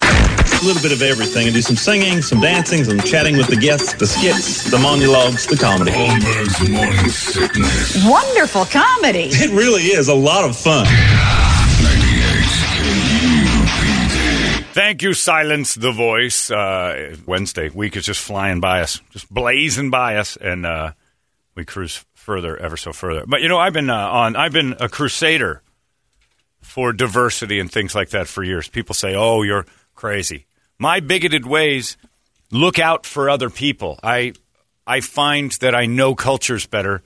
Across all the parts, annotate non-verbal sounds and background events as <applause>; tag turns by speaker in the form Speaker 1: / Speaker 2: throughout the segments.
Speaker 1: a little bit of everything and do some singing, some dancing, some chatting with the guests, the skits, the monologues, the comedy.
Speaker 2: Holmberg's morning sickness.
Speaker 3: Wonderful comedy.
Speaker 1: It really is a lot of fun.
Speaker 4: Thank you, Silence the Voice. Uh, Wednesday week is just flying by us, just blazing by us, and uh, we cruise further, ever so further. But you know, I've been uh, on. I've been a crusader for diversity and things like that for years. People say, "Oh, you're crazy." My bigoted ways look out for other people. I I find that I know cultures better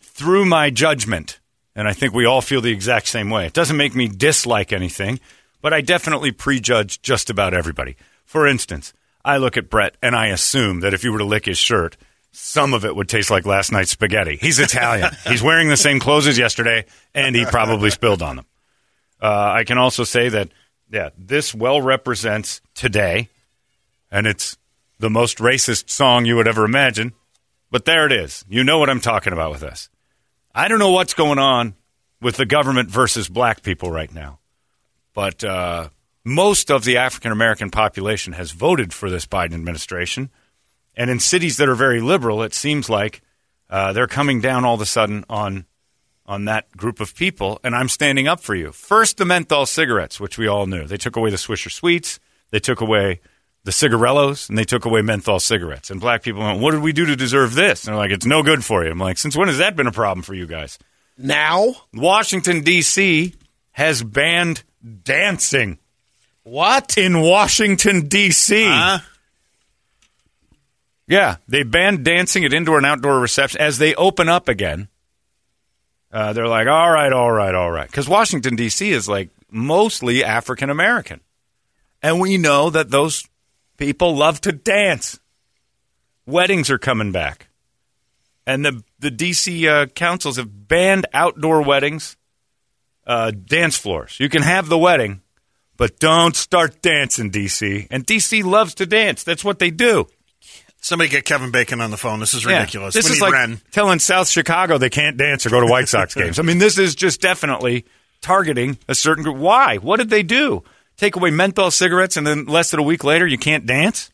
Speaker 4: through my judgment. And I think we all feel the exact same way. It doesn't make me dislike anything, but I definitely prejudge just about everybody. For instance, I look at Brett and I assume that if you were to lick his shirt, some of it would taste like last night's spaghetti. He's Italian. He's wearing the same clothes as yesterday, and he probably spilled on them. Uh, I can also say that, yeah, this well represents today, and it's the most racist song you would ever imagine. But there it is. You know what I'm talking about with this. I don't know what's going on with the government versus black people right now, but uh, most of the African American population has voted for this Biden administration. And in cities that are very liberal, it seems like uh, they're coming down all of a sudden on on that group of people, and I'm standing up for you. First, the menthol cigarettes, which we all knew. They took away the Swisher Sweets, they took away the cigarellos, and they took away menthol cigarettes. And black people went, What did we do to deserve this? And they're like, It's no good for you. I'm like, Since when has that been a problem for you guys?
Speaker 5: Now?
Speaker 4: Washington, D.C. has banned dancing. What? In Washington, D.C. Yeah, they banned dancing at indoor and outdoor receptions as they open up again. Uh, they're like, all right, all right, all right. Because Washington, D.C. is like mostly African American. And we know that those people love to dance. Weddings are coming back. And the, the D.C. Uh, councils have banned outdoor weddings, uh, dance floors. You can have the wedding, but don't start dancing, D.C. And D.C. loves to dance. That's what they do.
Speaker 6: Somebody get Kevin Bacon on the phone. This is
Speaker 4: Yeah.
Speaker 6: ridiculous.
Speaker 4: This
Speaker 6: we
Speaker 4: is
Speaker 6: need
Speaker 4: like
Speaker 6: Ren.
Speaker 4: telling South Chicago they can't dance or go to White Sox games. I mean, this is just definitely targeting a certain group. Why? What did they do? Take away menthol cigarettes and then less than a week later you can't dance?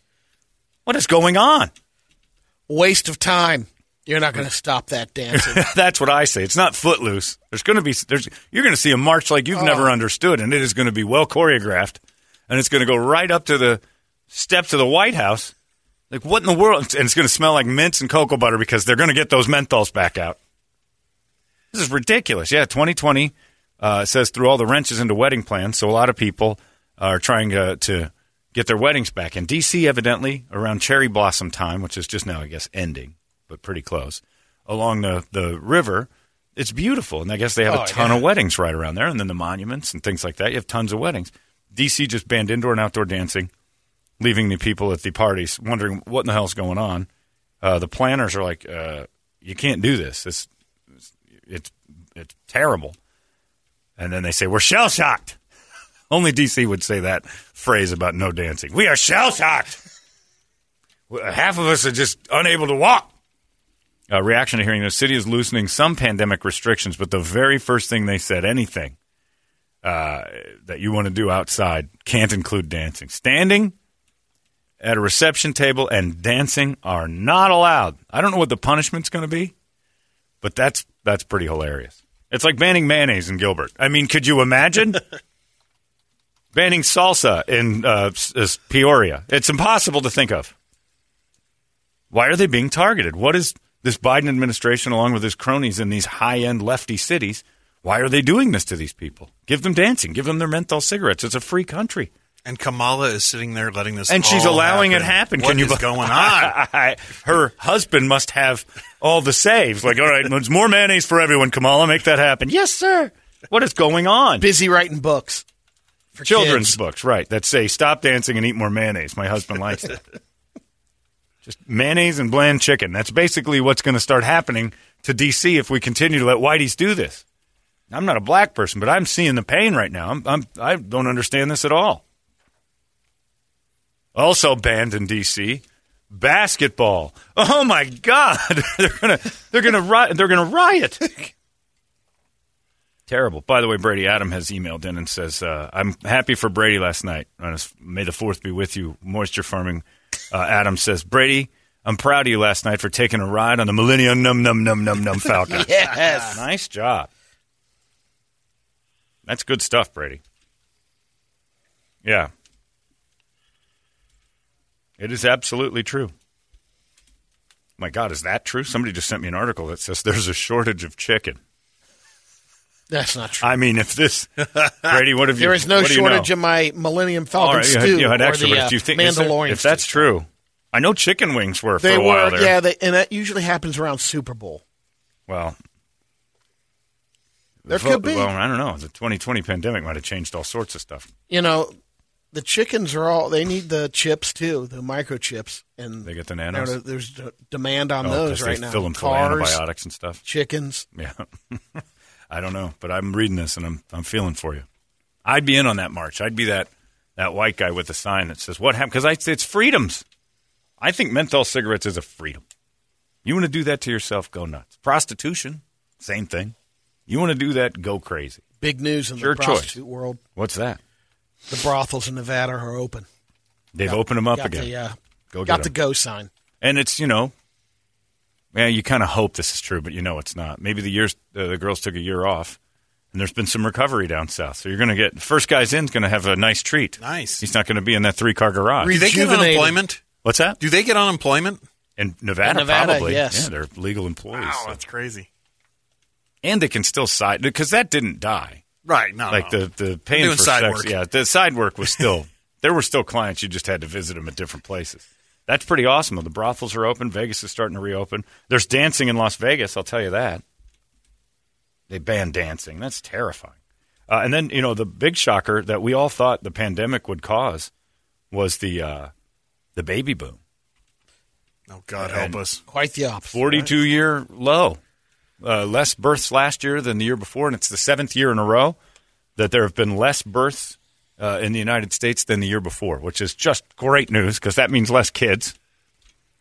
Speaker 4: What is going on? <laughs>
Speaker 5: Waste of time. You're not going to stop that dancing. <laughs>
Speaker 4: That's what I say. It's not footloose. There's going to be there's you're going to see a march like you've never understood and it is going to be well choreographed and it's going to go right up to the steps of the White House. Like what in the world? And it's going to smell like mints and cocoa butter because they're going to get those menthols back out. This is ridiculous. Yeah, 2020 uh, says through all the wrenches into wedding plans, so a lot of people are trying to, to get their weddings back. And D.C. evidently around cherry blossom time, which is just now, I guess, ending, but pretty close along the the river. It's beautiful, and I guess they have a ton of weddings right around there, and then the monuments and things like that. You have tons of weddings. D.C. just banned indoor and outdoor dancing, leaving the people at the parties wondering what in the hell's going on. Uh, the planners are like, uh, "You can't do this. This it's it's terrible. And then they say we're shell shocked. <laughs> Only DC would say that phrase about no dancing. We are shell shocked. Half of us are just unable to walk. Uh, reaction to hearing the city is loosening some pandemic restrictions, but the very first thing they said, anything uh, that you want to do outside can't include dancing. Standing at a reception table and dancing are not allowed. I don't know what the punishment's going to be but that's that's pretty hilarious. It's like banning mayonnaise in Gilbert. I mean, could you imagine banning salsa in uh, s- s- Peoria? It's impossible to think of. Why are they being targeted? What is this Biden administration, along with his cronies in these high-end lefty cities? Why are they doing this to these people? Give them dancing. Give them their menthol cigarettes. It's a free country.
Speaker 6: And Kamala is sitting there letting this
Speaker 4: And she's
Speaker 6: all
Speaker 4: allowing it happen.
Speaker 6: What
Speaker 4: Can you
Speaker 6: is going
Speaker 4: <laughs>
Speaker 6: on?
Speaker 4: her husband must have all the saves. Like, all right, there's more mayonnaise for everyone, Kamala. Make that happen. Yes, sir. What is going on?
Speaker 5: Busy writing books. For
Speaker 4: Children's
Speaker 5: kids. <laughs>
Speaker 4: books, right, that say stop dancing and eat more mayonnaise. My husband likes that. Just mayonnaise and bland chicken. That's basically what's going to start happening to DC if we continue to let whiteys do this. I'm not a black person, but I'm seeing the pain right now. I'm, I'm, I don't understand this at all. Also banned in DC, basketball. Oh my God, <laughs> they're gonna they're gonna riot. They're gonna riot. Terrible. By the way, Brady Adam has emailed in and says, uh, "I'm happy for Brady last night. On his May the Fourth be with you." Moisture farming. Uh, Adam says, "Brady, I'm proud of you last night for taking a ride on the Millennium Num Num Num Num Num Falcon.
Speaker 5: Yes.
Speaker 4: Nice job. That's good stuff, Brady. Yeah. It is absolutely true. My God, is that true? Somebody just sent me an article that says there's a shortage of chicken.
Speaker 5: That's not true.
Speaker 4: I mean, if this Brady, what have you?
Speaker 5: there is no
Speaker 4: what do you
Speaker 5: shortage
Speaker 4: know?
Speaker 5: of my Millennium Falcon
Speaker 4: All right, you had,
Speaker 5: stew
Speaker 4: you had
Speaker 5: or
Speaker 4: extra,
Speaker 5: the
Speaker 4: but
Speaker 5: uh,
Speaker 4: do you think is there-
Speaker 5: Mandalorian.
Speaker 4: if that's
Speaker 5: stew.
Speaker 4: true, I know chicken wings were for
Speaker 5: they
Speaker 4: a while
Speaker 5: were,
Speaker 4: there.
Speaker 5: yeah, they, and that usually happens around Super Bowl.
Speaker 4: Well,
Speaker 5: There
Speaker 4: vo-
Speaker 5: could be.
Speaker 4: Well, I don't know. The 2020 pandemic might have changed all sorts of stuff.
Speaker 5: You know, the chickens are all they need the chips too, the microchips, and
Speaker 4: They get the nanos?
Speaker 5: there- There's d- demand on
Speaker 4: Oh, 'cause
Speaker 5: those
Speaker 4: they
Speaker 5: right now.
Speaker 4: Fill them full of
Speaker 5: Cars,
Speaker 4: antibiotics and stuff.
Speaker 5: chickens.
Speaker 4: Yeah. <laughs> I don't know, but I'm reading this and I'm I'm feeling for you. I'd be in on that march. I'd be that that white guy with the sign that says what happened because I it's freedoms. I think menthol cigarettes is a freedom. You want to do that to yourself, go nuts. Prostitution, same thing. You want to do that, go crazy.
Speaker 5: Big news in
Speaker 4: Your
Speaker 5: the
Speaker 4: choice.
Speaker 5: prostitute world.
Speaker 4: What's that?
Speaker 5: The brothels in Nevada are open.
Speaker 4: They've opened them up
Speaker 5: got
Speaker 4: again.
Speaker 5: The, uh,
Speaker 4: Go
Speaker 5: got
Speaker 4: get
Speaker 5: the
Speaker 4: 'em.
Speaker 5: go sign.
Speaker 4: And it's, you know, yeah, you kind of hope this is true, but you know it's not. Maybe the years uh, the girls took a year off, and there's been some recovery down south. So you're going to get the first guy's in's going to have a nice treat.
Speaker 6: Nice.
Speaker 4: He's not going to be in that three car garage.
Speaker 6: Do they get
Speaker 5: Rejuvenated.
Speaker 6: unemployment?
Speaker 4: What's that?
Speaker 6: Do they get unemployment?
Speaker 4: In Nevada,
Speaker 5: In Nevada,
Speaker 4: probably.
Speaker 5: yes.
Speaker 4: Yeah, they're legal employees. so-
Speaker 6: crazy.
Speaker 4: And they can still side because that didn't die.
Speaker 6: Right. No.
Speaker 4: Like the
Speaker 6: no.
Speaker 4: the paying
Speaker 6: doing
Speaker 4: for
Speaker 6: side
Speaker 4: sex.
Speaker 6: work.
Speaker 4: Yeah, the side work was
Speaker 6: <laughs>
Speaker 4: still there were still clients. You just had to visit them at different places. That's pretty awesome. The brothels are open. Vegas is starting to reopen. There's dancing in Las Vegas. I'll tell you that. They banned dancing. That's terrifying. Uh, and then you know the big shocker that we all thought the pandemic would cause was the uh, the baby boom.
Speaker 6: Oh God help
Speaker 4: And-
Speaker 6: us.
Speaker 5: Quite the opposite.
Speaker 4: 42 year low. Uh, less births last year than the year before, and it's the seventh year in a row that there have been less births uh, in the United States than the year before, which is just great news because that means less kids.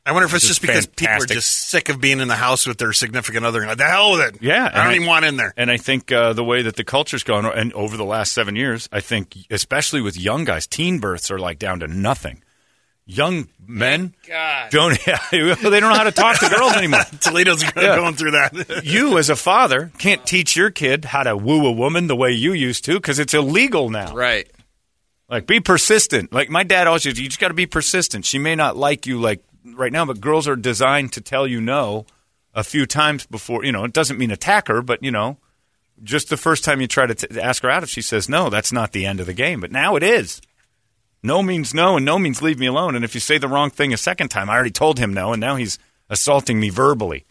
Speaker 6: I wonder if it's
Speaker 4: This
Speaker 6: just
Speaker 4: is
Speaker 6: because people are
Speaker 4: fantastic.
Speaker 6: just sick of being in the house with their significant other. and Like, the hell with it.
Speaker 4: Yeah,
Speaker 6: I
Speaker 4: and
Speaker 6: don't even want in there.
Speaker 4: And I think uh, the way that the culture's gone, and over the last seven years, I think especially with young guys, teen births are like down to nothing. Young men don't <laughs> they don't know how to talk to girls anymore.
Speaker 6: <laughs> Toledo's
Speaker 4: Yeah.
Speaker 6: going through that.
Speaker 4: you as a father can't teach your kid how to woo a woman the way you used to because it's illegal now.
Speaker 3: Right.
Speaker 4: Like be persistent. Like my dad always used, you just got to be persistent. She may not like you like right now, but girls are designed to tell you no a few times before. You know, it doesn't mean attack her, but you know, just the first time you try to t- ask her out, if she says no, that's not the end of the game. But now it is. No means no, and no means leave me alone. And if you say the wrong thing a second time, I already told him no, and now he's assaulting me verbally.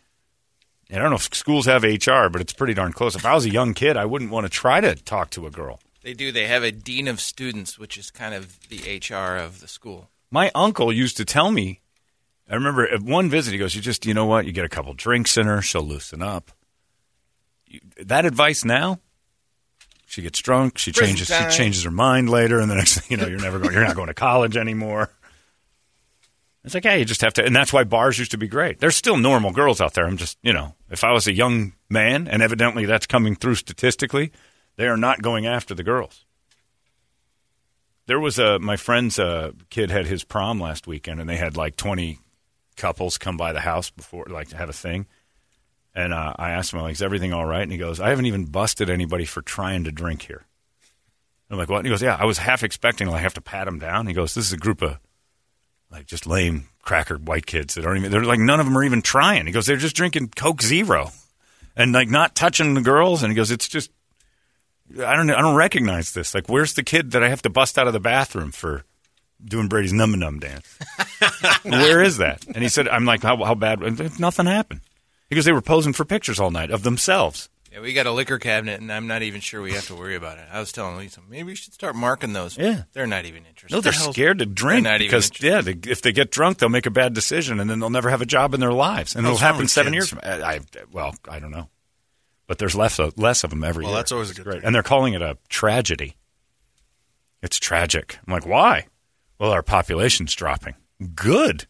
Speaker 4: And I don't know if schools have HR, but it's pretty darn close. If I was a young kid, I wouldn't want to try to talk to a girl.
Speaker 3: They do. They have a dean of students, which is kind of the HR of the school.
Speaker 4: my uncle used to tell me i remember at one visit he goes you just you know what you get a couple drinks in her she'll loosen up You- that advice now she gets drunk she
Speaker 5: Prison
Speaker 4: changes
Speaker 5: time.
Speaker 4: she changes her mind later and the next thing you know
Speaker 5: <laughs>
Speaker 4: you're never going you're not going to college anymore it's like yeah you just have to and that's why bars used to be great there's still normal girls out there i'm just you know if i was a young man and evidently that's coming through statistically they are not going after the girls there was a my friend's uh, kid had his prom last weekend, and they had like twenty couples come by the house before, like to have a thing. And uh, I asked him, I'm like, "Is everything all right?" And he goes, "I haven't even busted anybody for trying to drink here." I'm like, "What?" And he goes, "Yeah, I was half expecting I have to pat him down." He goes, "This is a group of like just lame cracker white kids that aren't even. They're like none of them are even trying." He goes, "They're just drinking Coke Zero, and like not touching the girls." And he goes, "It's just I don't I don't recognize this. Like, where's the kid that I have to bust out of the bathroom for doing Brady's num num dance? Where is that? And he said, I'm like, how, how bad? And Nothing happened. He goes, they were posing for pictures all night of themselves.
Speaker 3: Yeah, we got a liquor cabinet, and I'm not even sure we have to worry about it. I was telling Lisa, maybe we should start marking those.
Speaker 4: Yeah.
Speaker 3: They're not even interested.
Speaker 4: No, they're
Speaker 3: The hell-
Speaker 4: scared to drink
Speaker 3: They're not even
Speaker 4: because
Speaker 3: interested.
Speaker 4: yeah, they, if they get drunk, they'll make a bad decision, and then they'll never have a job in their lives, and it'll
Speaker 6: What's wrong
Speaker 4: happen
Speaker 6: with
Speaker 4: seven
Speaker 6: kids?
Speaker 4: years. From, I, I well, I don't know, but there's less of, less of them every
Speaker 6: Well,
Speaker 4: year.
Speaker 6: that's always a good
Speaker 4: Great.
Speaker 6: thing.
Speaker 4: and they're calling it a tragedy. It's tragic. I'm like, why? Well, our population's dropping. Good.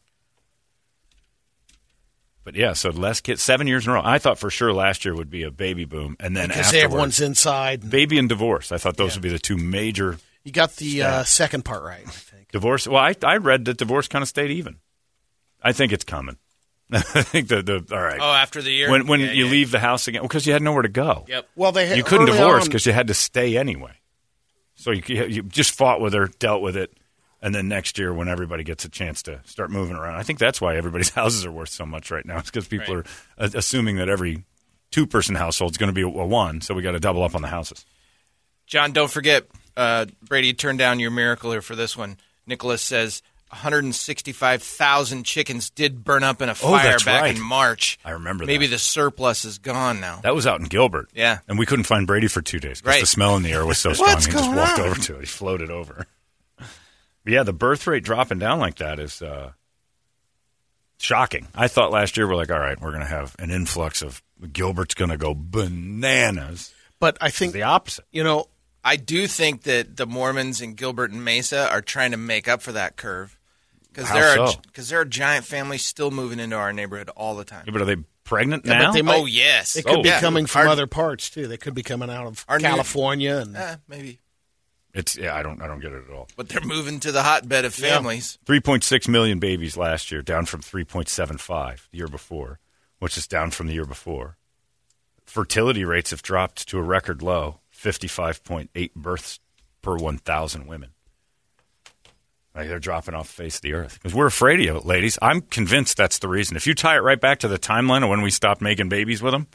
Speaker 4: But yeah, so less kids, seven years in a row. I thought for sure last year would be a baby boom, and then
Speaker 5: because
Speaker 4: afterwards,
Speaker 5: everyone's inside.
Speaker 4: baby and divorce. I thought those would be the two major
Speaker 5: You got the uh, second part right. I think.
Speaker 4: Divorce. Well, I, I read that divorce kind of stayed even. I think it's coming. <laughs> I think the the all right.
Speaker 3: Oh, after the year
Speaker 4: when when
Speaker 3: Yeah,
Speaker 4: you
Speaker 3: yeah.
Speaker 4: leave the house again because you had nowhere to go.
Speaker 3: Yep.
Speaker 5: Well, they
Speaker 4: You couldn't
Speaker 5: early
Speaker 4: divorce
Speaker 5: on-
Speaker 4: because you had to stay anyway. So you you just fought with her, dealt with it, and then next year when everybody gets a chance to start moving around, I think that's why everybody's <laughs> houses are worth so much right now. It's because people
Speaker 3: Right.
Speaker 4: are uh, assuming that every two person household is going to be a, a one, so we got to double up on the houses.
Speaker 3: John, don't forget, uh, Brady turned down your miracle here for this one. Nicholas says 165,000 chickens did burn up in a fire
Speaker 4: Oh, that's
Speaker 3: back
Speaker 4: right.
Speaker 3: in March.
Speaker 4: I remember
Speaker 3: Maybe
Speaker 4: that.
Speaker 3: the surplus is gone now.
Speaker 4: That was out in Gilbert.
Speaker 3: Yeah.
Speaker 4: And we couldn't find Brady for two days because
Speaker 3: Right.
Speaker 4: the smell in the air was
Speaker 5: <laughs>
Speaker 4: so strong. he just walked over to it. He floated over. But yeah, the birth rate dropping down like that is uh, shocking. I thought last year we're like, all right, we're going to have an influx of Gilbert's going to go bananas.
Speaker 5: But I think
Speaker 4: The opposite.
Speaker 5: you know
Speaker 3: I do think that the Mormons in Gilbert and Mesa are trying to make up for that curve because
Speaker 4: How
Speaker 3: there are
Speaker 4: so?
Speaker 3: because there are giant families still moving into our neighborhood all the time.
Speaker 4: Yeah, but are they pregnant
Speaker 5: Yeah, but
Speaker 4: now?
Speaker 5: they might-
Speaker 3: oh yes,
Speaker 5: They could
Speaker 4: Oh,
Speaker 5: be
Speaker 4: yeah.
Speaker 5: coming from
Speaker 3: Our-
Speaker 5: other parts too. They could be coming out of
Speaker 3: Our new-
Speaker 5: California and
Speaker 3: Eh, maybe,
Speaker 4: it's yeah. I don't. I don't get it at all.
Speaker 3: but they're moving to the hotbed of families.
Speaker 4: Three point six million babies last year, down from three point seven five the year before, which is down from the year before. Fertility rates have dropped to a record low, fifty five point eight births per one thousand women. Like they're dropping off the face of the earth because we're afraid of it, ladies. I'm convinced that's the reason. If you tie it right back to the timeline of when we stopped making babies with them,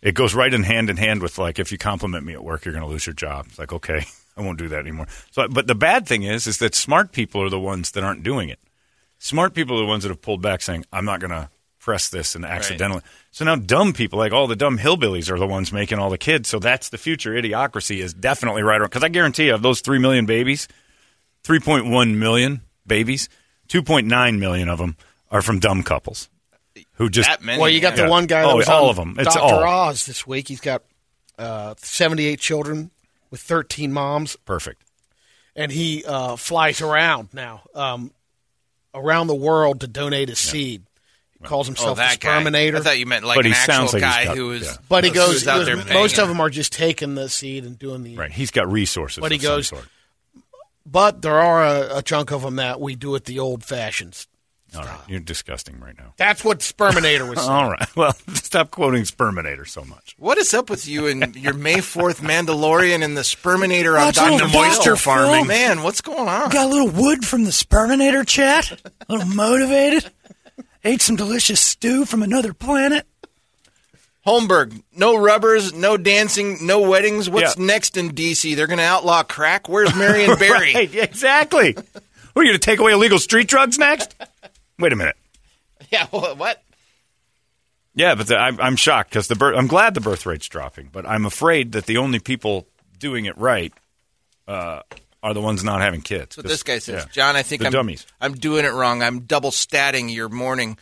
Speaker 4: it goes right in hand in hand with like if you compliment me at work, you're going to lose your job. It's like okay, <laughs> I won't do that anymore. So, but the bad thing is, is that smart people are the ones that aren't doing it. Smart people are the ones that have pulled back, saying, "I'm not going to press this," and accidentally. So now, dumb people, like all the dumb hillbillies, are the ones making all the kids. So that's the future. Idiocracy is definitely right around because I guarantee you, of those three million babies, three point one million babies, two point nine million of them are from dumb couples who just
Speaker 3: That many.
Speaker 5: Well, you got
Speaker 4: Yeah.
Speaker 5: the one guy.
Speaker 4: Oh,
Speaker 5: that was
Speaker 4: all
Speaker 5: on
Speaker 4: of 'em. It's
Speaker 5: Dr.
Speaker 4: all.
Speaker 5: Oz this week. He's got uh, 78 children with 13 moms,
Speaker 4: perfect.
Speaker 5: and he uh, flies around now um, around the world to donate his seed. He calls
Speaker 3: Oh,
Speaker 5: himself the
Speaker 3: that guy.
Speaker 5: Sperminator.
Speaker 3: I thought you meant like
Speaker 4: But
Speaker 3: an
Speaker 4: he sounds
Speaker 3: actual
Speaker 4: like
Speaker 3: guy
Speaker 4: he's got-
Speaker 3: who is.
Speaker 4: yeah.
Speaker 5: but he
Speaker 3: who's
Speaker 5: goes.
Speaker 3: out
Speaker 5: he
Speaker 3: there.
Speaker 5: goes-
Speaker 3: banging.
Speaker 5: most of them are just taking the seed and doing the.
Speaker 4: Right, he's got resources.
Speaker 5: But he
Speaker 4: of some
Speaker 5: goes-
Speaker 4: sort.
Speaker 5: But there are a, a chunk of them that we do it the old fashioned.
Speaker 4: All right, you're disgusting right now.
Speaker 5: That's what
Speaker 4: <laughs>
Speaker 5: Sperminator was.
Speaker 4: All right, well, stop quoting Sperminator so much.
Speaker 3: What is up with you and your May Fourth Mandalorian and the Sperminator on Doctor
Speaker 6: about, Phil?
Speaker 3: Moisture Farming? Man, what's going on?
Speaker 7: Got a little wood from the Sperminator chat. A little motivated. Ate some delicious stew from another planet.
Speaker 3: Holmberg, no rubbers, no dancing, no weddings. What's
Speaker 4: Yeah.
Speaker 3: next in D.C.? They're going to outlaw
Speaker 4: <laughs>
Speaker 3: crack. Where's Marion Barry?
Speaker 4: Right, <laughs> exactly. Who are you going to take away illegal street drugs next? Wait a minute.
Speaker 3: Yeah, wha- <laughs> what?
Speaker 4: Yeah, but the, I'm, I'm shocked because the birth, I'm glad the birth rate's dropping, but I'm afraid that the only people doing it right uh, are the ones not having kids.
Speaker 3: That's what this guy says.
Speaker 4: yeah.
Speaker 3: John, I think
Speaker 4: The
Speaker 3: I'm
Speaker 4: dummies.
Speaker 3: I'm doing it wrong. I'm double statting your morning.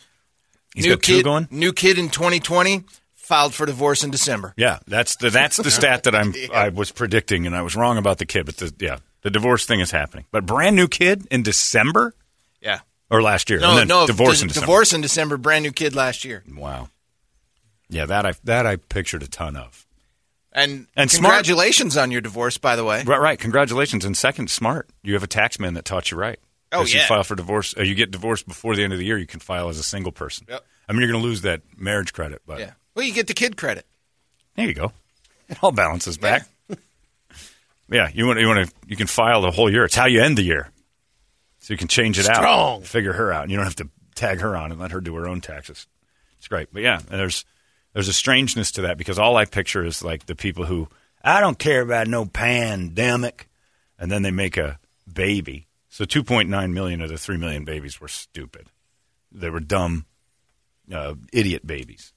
Speaker 4: He's
Speaker 3: new
Speaker 4: got two
Speaker 3: kid,
Speaker 4: going?
Speaker 3: New kid in 2020 filed for divorce in December.
Speaker 4: Yeah, that's the that's the stat that
Speaker 3: <laughs>
Speaker 4: I'm I was predicting, and I was wrong about the kid. But the, yeah, the divorce thing is happening. But brand new kid in December
Speaker 3: Yeah.
Speaker 4: or last year?
Speaker 3: No,
Speaker 4: and then
Speaker 3: no,
Speaker 4: divorce
Speaker 3: d-
Speaker 4: in December.
Speaker 3: divorce in December. Brand new kid last year.
Speaker 4: Wow. Yeah, that I that I pictured a ton of.
Speaker 3: And,
Speaker 4: And smart-
Speaker 3: congratulations on your divorce, by the way.
Speaker 4: Right, right. Congratulations. And second, smart. You have a tax man that taught you right.
Speaker 3: Oh,
Speaker 4: 'Cause You
Speaker 3: yeah.
Speaker 4: file for divorce. Uh, you get divorced before the end of the year. You can file as a single person.
Speaker 3: Yep.
Speaker 4: I mean, you're going to lose that marriage credit, but
Speaker 3: Yeah. Well, you get the kid credit.
Speaker 4: there you go. It all balances back. <laughs> yeah, you want you want to you can file the whole year. It's how you end the year, so you can change it
Speaker 5: Strong.
Speaker 4: out, figure her out, and you don't have to tag her on and let her do her own taxes. It's great, but yeah, and there's there's a strangeness to that because all I picture is like the people who I don't care about no pandemic, and then they make a baby. So 2.9 million of the 3 million babies were stupid. They were dumb, uh, idiot babies.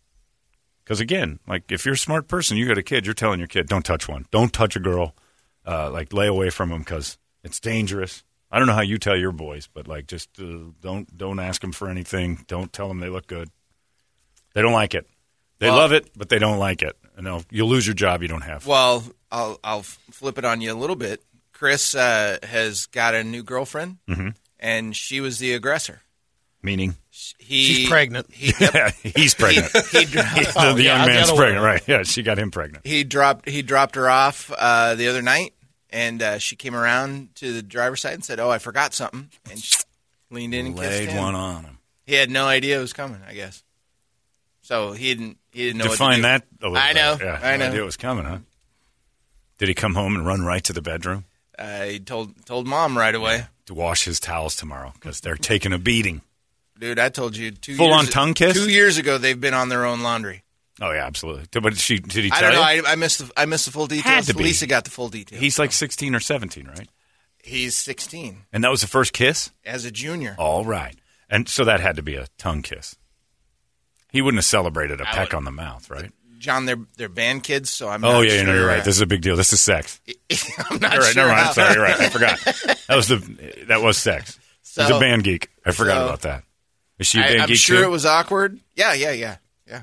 Speaker 4: Because again, like if you're a smart person, you got a kid, you're telling your kid, don't touch one, don't touch a girl, uh, like lay away from them because it's dangerous. I don't know how you tell your boys, but like just uh, don't don't ask them for anything. Don't tell them they look good. They don't like it. They love it, but they don't like it. You know, you'll lose your job you don't have.
Speaker 3: Well, I'll I'll f- flip it on you a little bit. Chris uh, has got a new girlfriend,
Speaker 4: Mm-hmm.
Speaker 3: and she was the aggressor.
Speaker 4: Meaning,
Speaker 3: He,
Speaker 5: She's pregnant.
Speaker 3: He, yep.
Speaker 4: <laughs> he's pregnant.
Speaker 3: <laughs> he,
Speaker 4: <laughs>
Speaker 3: dro-
Speaker 4: the the
Speaker 5: yeah,
Speaker 4: young
Speaker 5: the
Speaker 4: man's
Speaker 5: other
Speaker 4: pregnant,
Speaker 5: way.
Speaker 4: right? Yeah, she got him pregnant.
Speaker 3: he dropped he dropped her off uh, the other night, and uh, she came around to the driver's side and said, "Oh, I forgot something," and she leaned in and kissed him.
Speaker 4: on him.
Speaker 3: He had no idea it was coming, I guess. So he didn't he didn't know
Speaker 4: Define
Speaker 3: what to
Speaker 4: that
Speaker 3: do.
Speaker 4: a little
Speaker 3: I
Speaker 4: bit.
Speaker 3: know,
Speaker 4: Yeah,
Speaker 3: I
Speaker 4: no
Speaker 3: know.
Speaker 4: idea it was coming, huh? Did he come home and run right to the bedroom
Speaker 3: Uh, he told told mom right away,
Speaker 4: to wash his towels tomorrow because they're taking a beating?
Speaker 3: dude. I told you two
Speaker 4: Full
Speaker 3: years-
Speaker 4: on tongue kiss?
Speaker 3: Two years ago, they've been on their own laundry.
Speaker 4: Oh yeah, absolutely. Did- But she did he
Speaker 3: I
Speaker 4: tell
Speaker 3: don't know.
Speaker 4: you?
Speaker 3: I, I missed the I missed the full details.
Speaker 4: Had to be.
Speaker 3: Lisa got the full details.
Speaker 4: He's like sixteen or seventeen, right?
Speaker 3: he's 16
Speaker 4: And that was the first kiss.
Speaker 3: as a junior.
Speaker 4: All right, and so that had to be a tongue kiss. He wouldn't have celebrated a peck on the mouth, right?
Speaker 3: John, they're they're band kids, so I'm.
Speaker 4: Oh
Speaker 3: not
Speaker 4: yeah, you
Speaker 3: sure.
Speaker 4: know you're right. This is a big deal. This is sex.
Speaker 3: <laughs> I'm not
Speaker 4: All right,
Speaker 3: sure.
Speaker 4: never mind.
Speaker 3: how-
Speaker 4: I'm sorry, you're right. I
Speaker 3: <laughs>
Speaker 4: forgot. That was the that was sex. He's
Speaker 3: So-
Speaker 4: a band geek. I forgot
Speaker 3: so-
Speaker 4: about that. Is she a
Speaker 3: I,
Speaker 4: band
Speaker 3: I'm
Speaker 4: geek
Speaker 3: sure
Speaker 4: too?
Speaker 3: it was awkward. Yeah, yeah, yeah, yeah.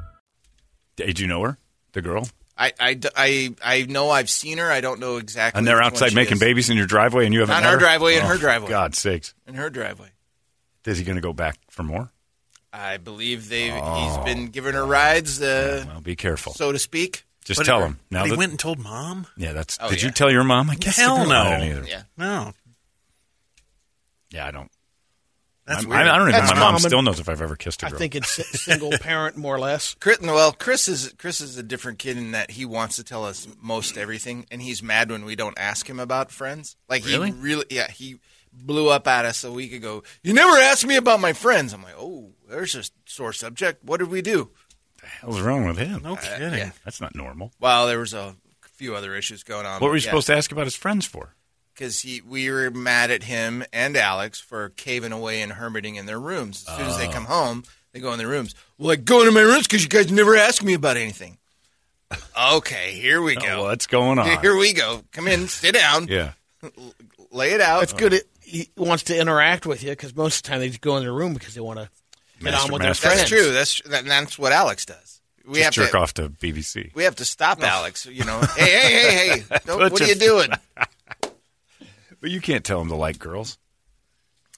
Speaker 4: Did you know her? The girl?
Speaker 3: I, I, d- I- I know I've seen her. I don't know exactly.
Speaker 4: And they're
Speaker 3: which one
Speaker 4: outside
Speaker 3: she
Speaker 4: making
Speaker 3: is.
Speaker 4: babies in your driveway, and you haven't
Speaker 3: Not
Speaker 4: met
Speaker 3: our
Speaker 4: her?
Speaker 3: driveway, in
Speaker 4: Oh,
Speaker 3: her driveway.
Speaker 4: God sakes!
Speaker 3: in her driveway.
Speaker 4: Is he going to go back for more?
Speaker 3: I believe they.
Speaker 4: Oh.
Speaker 3: he's been giving her rides, uh,
Speaker 4: Well, be careful.
Speaker 3: so to speak.
Speaker 4: Just
Speaker 6: But-
Speaker 4: tell him now.
Speaker 6: But he
Speaker 4: that-
Speaker 6: went and told mom.
Speaker 4: yeah, that's.
Speaker 3: Oh,
Speaker 4: did you
Speaker 3: yeah.
Speaker 4: tell your mom? I guess the
Speaker 6: Hell
Speaker 4: girl- I
Speaker 6: no.
Speaker 4: don't either.
Speaker 3: Yeah.
Speaker 6: No,
Speaker 4: Yeah, I don't.
Speaker 6: that's
Speaker 4: I'm-
Speaker 6: weird.
Speaker 4: I, I don't even. know.
Speaker 5: That's
Speaker 4: my mom
Speaker 5: common.
Speaker 4: still knows if I've ever kissed a
Speaker 5: I
Speaker 4: girl.
Speaker 5: think
Speaker 4: <laughs>
Speaker 5: it's si- single parent, more or less.
Speaker 3: Chris, well, Chris is Chris is a different kid in that he wants to tell us most everything, and he's mad when we don't ask him about friends. Like
Speaker 4: Really?
Speaker 3: he really, yeah, he blew up at us a week ago. You never asked me about my friends. I'm like, oh, there's a sore subject. What did we do?
Speaker 4: What's wrong with him? Uh,
Speaker 6: no kidding.
Speaker 3: yeah.
Speaker 4: That's not normal.
Speaker 3: Well, there was a few other issues going on.
Speaker 4: What were you supposed to ask about his friends for?
Speaker 3: Because he, we were mad at him and Alex for caving away and hermiting in their rooms. As soon as they
Speaker 4: Oh.
Speaker 3: come home, they go in their rooms. Well, like go into my rooms because you guys never ask me about anything. okay, here we
Speaker 4: Oh,
Speaker 3: go.
Speaker 4: what's going on?
Speaker 3: <laughs> Here we go. Come in, sit down,
Speaker 4: yeah.
Speaker 3: lay it out.
Speaker 5: That's good. It, he wants to interact with you because most of the time they just go in their room because they want to get
Speaker 4: Master-
Speaker 5: on with their
Speaker 4: master-
Speaker 5: friends.
Speaker 3: That's true. That's that, that's what Alex does. We
Speaker 4: Just
Speaker 3: have
Speaker 4: jerk
Speaker 3: to
Speaker 4: off to BBC.
Speaker 3: we have to stop Alex. You know, hey, hey, hey,
Speaker 4: <laughs>
Speaker 3: hey! Don't,
Speaker 4: Put
Speaker 3: what are
Speaker 4: your-
Speaker 3: you doing?
Speaker 4: But you can't tell him to like girls.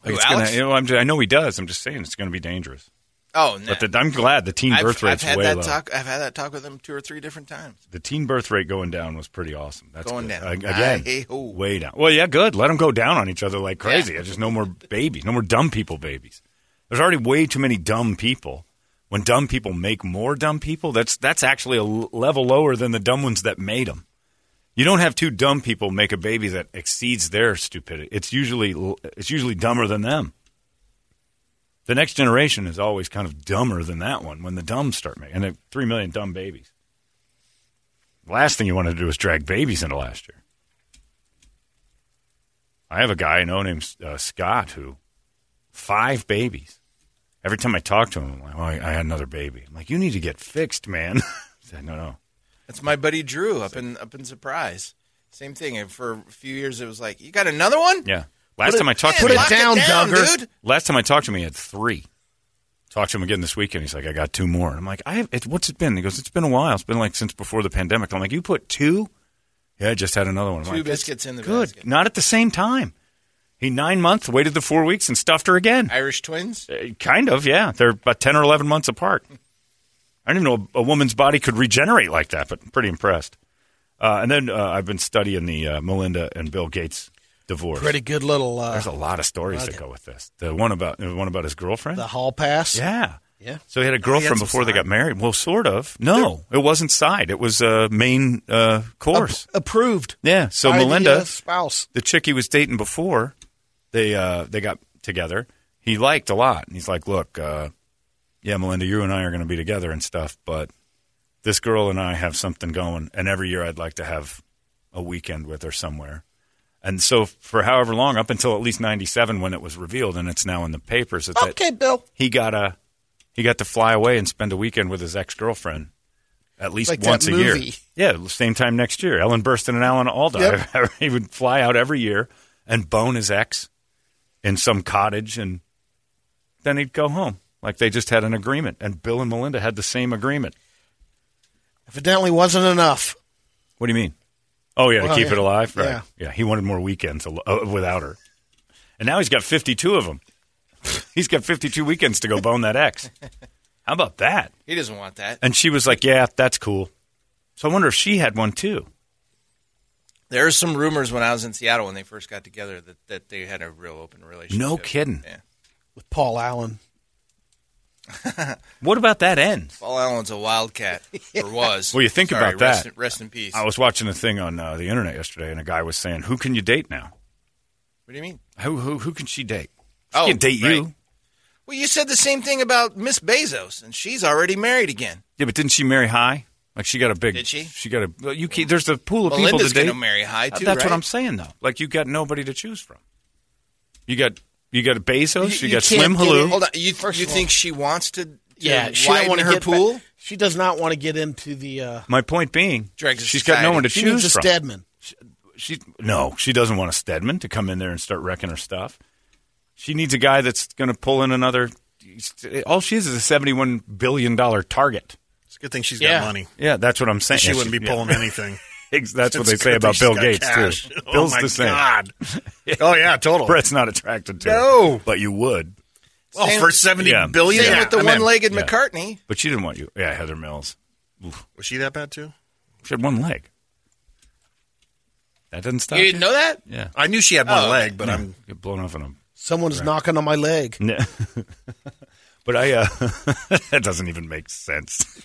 Speaker 3: Who,
Speaker 4: it's gonna-
Speaker 3: Alex?
Speaker 4: you know, I'm ju- i know he does. I'm just saying it's going to be dangerous.
Speaker 3: Oh no!
Speaker 4: But the, I'm glad the teen
Speaker 3: I've,
Speaker 4: birth rate's
Speaker 3: I've had
Speaker 4: way
Speaker 3: that
Speaker 4: low.
Speaker 3: talk. I've had that talk with him two or three different times.
Speaker 4: The teen birth rate going down was pretty awesome. That's
Speaker 3: Going
Speaker 4: good.
Speaker 3: down.
Speaker 4: Uh, again,
Speaker 3: Hi-ho.
Speaker 4: way down. Well, yeah, good. Let them go down on each other like crazy. There's just no more babies, no more dumb people babies. There's already way too many dumb people. When dumb people make more dumb people, that's that's actually a l- level lower than the dumb ones that made them. You don't have two dumb people make a baby that exceeds their stupidity. It's usually l- it's usually dumber than them. The next generation is always kind of dumber than that one when the dumb start making. And they have three million dumb babies. Last thing you want to do is drag babies into last year. I have a guy I know named uh, Scott who five babies. Every time I talk to him, I'm like, well, I, I had another baby. I'm like, you need to get fixed, man. <laughs> He said, no, no.
Speaker 3: That's my buddy Drew up in up in Surprise. Same thing. And for a few years, it was like, you got another one?
Speaker 4: Yeah. Last time I talked
Speaker 3: Man,
Speaker 4: to him,
Speaker 3: lock
Speaker 5: down, Duggar.
Speaker 3: dude.
Speaker 4: Last time I talked to him, he had three. Talked to him again this weekend. He's like, I got two more. And I'm like, I have, it, what's it been? He goes, it's been a while. It's been like since before the pandemic. I'm like, you put two? Yeah, I just had another one. I'm
Speaker 3: Two
Speaker 4: like, that's
Speaker 3: biscuits in the
Speaker 4: good.
Speaker 3: basket.
Speaker 4: Not at the same time. He nine months, waited the four weeks, and stuffed her again.
Speaker 3: Irish twins.
Speaker 4: Uh, Kind of, yeah. They're about 10 or 11 months apart. I didn't even know a, a woman's body could regenerate like that, but I'm pretty impressed. Uh, and then uh, I've been studying the uh, Melinda and Bill Gates divorce.
Speaker 5: Pretty good little uh,
Speaker 4: There's a lot of stories that go with this. The one about the one about his girlfriend.
Speaker 5: the hall pass.
Speaker 4: yeah.
Speaker 5: Yeah.
Speaker 4: So he had a girlfriend
Speaker 5: some
Speaker 4: before they got married. Well, sort of. No, it wasn't side. It was uh, main uh, course.
Speaker 5: approved.
Speaker 4: yeah. So
Speaker 5: by the,
Speaker 4: Melinda,
Speaker 5: uh, spouse.
Speaker 4: the chick he was dating before, they uh, they got together. He liked a lot, and he's like, "Look, uh, yeah, Melinda, you and I are going to be together and stuff, but this girl and I have something going, and every year I'd like to have a weekend with her somewhere." And so, for however long, up until at least '97, when it was revealed, and it's now in the papers, it's that
Speaker 5: Okay, Bill.
Speaker 4: he got a he got to fly away and spend a weekend with his ex girlfriend at least
Speaker 5: Like that
Speaker 4: once a year.
Speaker 5: movie.
Speaker 4: Yeah, same time next year. Ellen Burstyn and Alan Alda. <laughs> he would fly out every year and bone his ex in some cottage, and then he'd go home. Like they just had an agreement, and Bill and Melinda had the same agreement.
Speaker 5: Evidently wasn't enough.
Speaker 4: What do you mean? Oh yeah, to
Speaker 5: Well,
Speaker 4: keep
Speaker 5: yeah.
Speaker 4: it alive. Right.
Speaker 5: Yeah.
Speaker 4: Yeah. he wanted more weekends al- uh, without her, and now he's got fifty-two of them. <laughs> he's got fifty-two weekends to go bone that ex. How about that?
Speaker 3: He doesn't want that.
Speaker 4: And she was like, "Yeah, that's cool." So I wonder if she had one too.
Speaker 3: There are some rumors when I was in Seattle when they first got together that, that they had a real open relationship.
Speaker 4: No kidding.
Speaker 3: Yeah.
Speaker 5: With Paul Allen.
Speaker 4: What about that end?
Speaker 3: Paul Allen's
Speaker 6: <laughs>
Speaker 3: a wildcat, or was.
Speaker 4: Well, you think
Speaker 3: Sorry,
Speaker 4: about that.
Speaker 3: Rest in, rest in peace.
Speaker 4: I was watching a thing on uh, the internet yesterday, and a guy was saying, "Who can you date now?
Speaker 3: what do you mean?
Speaker 4: Who who who can she date? She
Speaker 3: Oh,
Speaker 4: can date
Speaker 3: right.
Speaker 4: you.
Speaker 3: Well, you said the same thing about Miss Bezos, and she's already married again.
Speaker 4: Yeah, but didn't she marry high? Like she got a big.
Speaker 3: Did she?
Speaker 4: She got a. well, You can, there's a pool of people
Speaker 3: Melinda's
Speaker 4: to date.
Speaker 3: going to marry high too.
Speaker 4: That's
Speaker 3: right?
Speaker 4: what I'm saying though. Like you got nobody to choose from. You got you got Bezos. You,
Speaker 5: You- you
Speaker 4: got
Speaker 5: can't
Speaker 4: Slim
Speaker 5: get
Speaker 4: Halou.
Speaker 3: Hold on. You,
Speaker 5: First
Speaker 3: you
Speaker 5: of
Speaker 3: think she wants to? to
Speaker 5: Yeah, she don't
Speaker 3: widen
Speaker 5: want to
Speaker 3: her
Speaker 5: get back-
Speaker 3: pool.
Speaker 5: she does not want to get into the. Uh,
Speaker 4: My point being,
Speaker 3: Drags the
Speaker 4: she's got no
Speaker 3: society.
Speaker 4: one to
Speaker 5: she
Speaker 4: choose
Speaker 5: needs a
Speaker 4: from.
Speaker 5: Stedman.
Speaker 4: she no, she doesn't want a Stedman to come in there and start wrecking her stuff. She needs a guy that's going to pull in another. All she is is a seventy-one billion dollar target.
Speaker 6: It's a good thing she's
Speaker 5: Yeah.
Speaker 6: got money.
Speaker 4: Yeah, that's what I'm saying.
Speaker 6: She
Speaker 4: Yeah,
Speaker 6: wouldn't be
Speaker 4: yeah. <laughs>
Speaker 6: pulling anything.
Speaker 4: That's what
Speaker 6: It's
Speaker 4: they
Speaker 6: good
Speaker 4: say
Speaker 6: that
Speaker 4: about
Speaker 6: she's
Speaker 4: Bill
Speaker 6: got
Speaker 4: Gates
Speaker 6: cash.
Speaker 4: too.
Speaker 6: Oh,
Speaker 4: Bill's
Speaker 6: my
Speaker 4: the same.
Speaker 6: God.
Speaker 4: <laughs>
Speaker 6: oh yeah, total.
Speaker 4: Brett's not attracted to. her.
Speaker 6: No.
Speaker 4: but you would.
Speaker 6: well, for seventy
Speaker 4: Yeah.
Speaker 6: billion,
Speaker 3: Same
Speaker 6: yeah,
Speaker 3: with the
Speaker 6: I'm in.
Speaker 3: one-legged
Speaker 4: Yeah.
Speaker 3: McCartney.
Speaker 4: But she didn't want you. Yeah, Heather Mills.
Speaker 6: Was she that bad too?
Speaker 4: She had one leg. That doesn't stop.
Speaker 3: You didn't know that? <laughs>
Speaker 4: Yeah,
Speaker 6: I knew she had one
Speaker 3: Oh,
Speaker 6: leg, but I'm
Speaker 4: get blown off in a
Speaker 5: Someone's knocking on my leg.
Speaker 4: No. but I, uh, <laughs> that doesn't even make sense.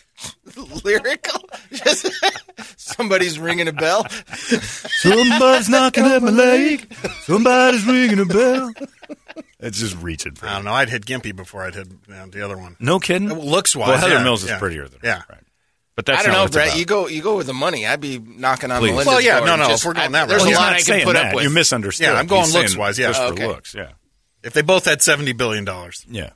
Speaker 3: Lyrical. Just- <laughs> Somebody's ringing
Speaker 4: <laughs>
Speaker 3: a bell.
Speaker 4: Somebody's knocking at my leg. Somebody's ringing a bell. It's just reaching. For
Speaker 6: I don't know. I'd hit Gimpy before I'd hit uh, the other one.
Speaker 4: No kidding.
Speaker 6: Looks wise,
Speaker 4: Well, Heather
Speaker 6: yeah,
Speaker 4: Mills is
Speaker 6: yeah,
Speaker 4: prettier than her,
Speaker 6: yeah.
Speaker 4: right. But that's
Speaker 3: I don't
Speaker 4: not
Speaker 3: know,
Speaker 4: what it's
Speaker 3: Brett.
Speaker 4: about.
Speaker 3: You go, you go with the money. I'd be knocking on
Speaker 4: Please.
Speaker 3: Melinda's
Speaker 6: Well, yeah,
Speaker 3: door
Speaker 6: no, no,
Speaker 3: Just,
Speaker 6: if we're going
Speaker 3: I-
Speaker 6: that
Speaker 3: there's
Speaker 4: Well,
Speaker 6: route,
Speaker 3: a
Speaker 4: he's
Speaker 3: lot
Speaker 4: not
Speaker 3: I
Speaker 4: saying
Speaker 3: can put
Speaker 4: that.
Speaker 3: up with.
Speaker 4: You misunderstood.
Speaker 6: Yeah, I'm going
Speaker 4: He's saying
Speaker 6: looks-wise, yeah.
Speaker 4: Just
Speaker 6: Oh,
Speaker 4: for
Speaker 3: okay.
Speaker 4: looks. Yeah.
Speaker 6: If they both had seventy billion dollars,
Speaker 4: Yeah.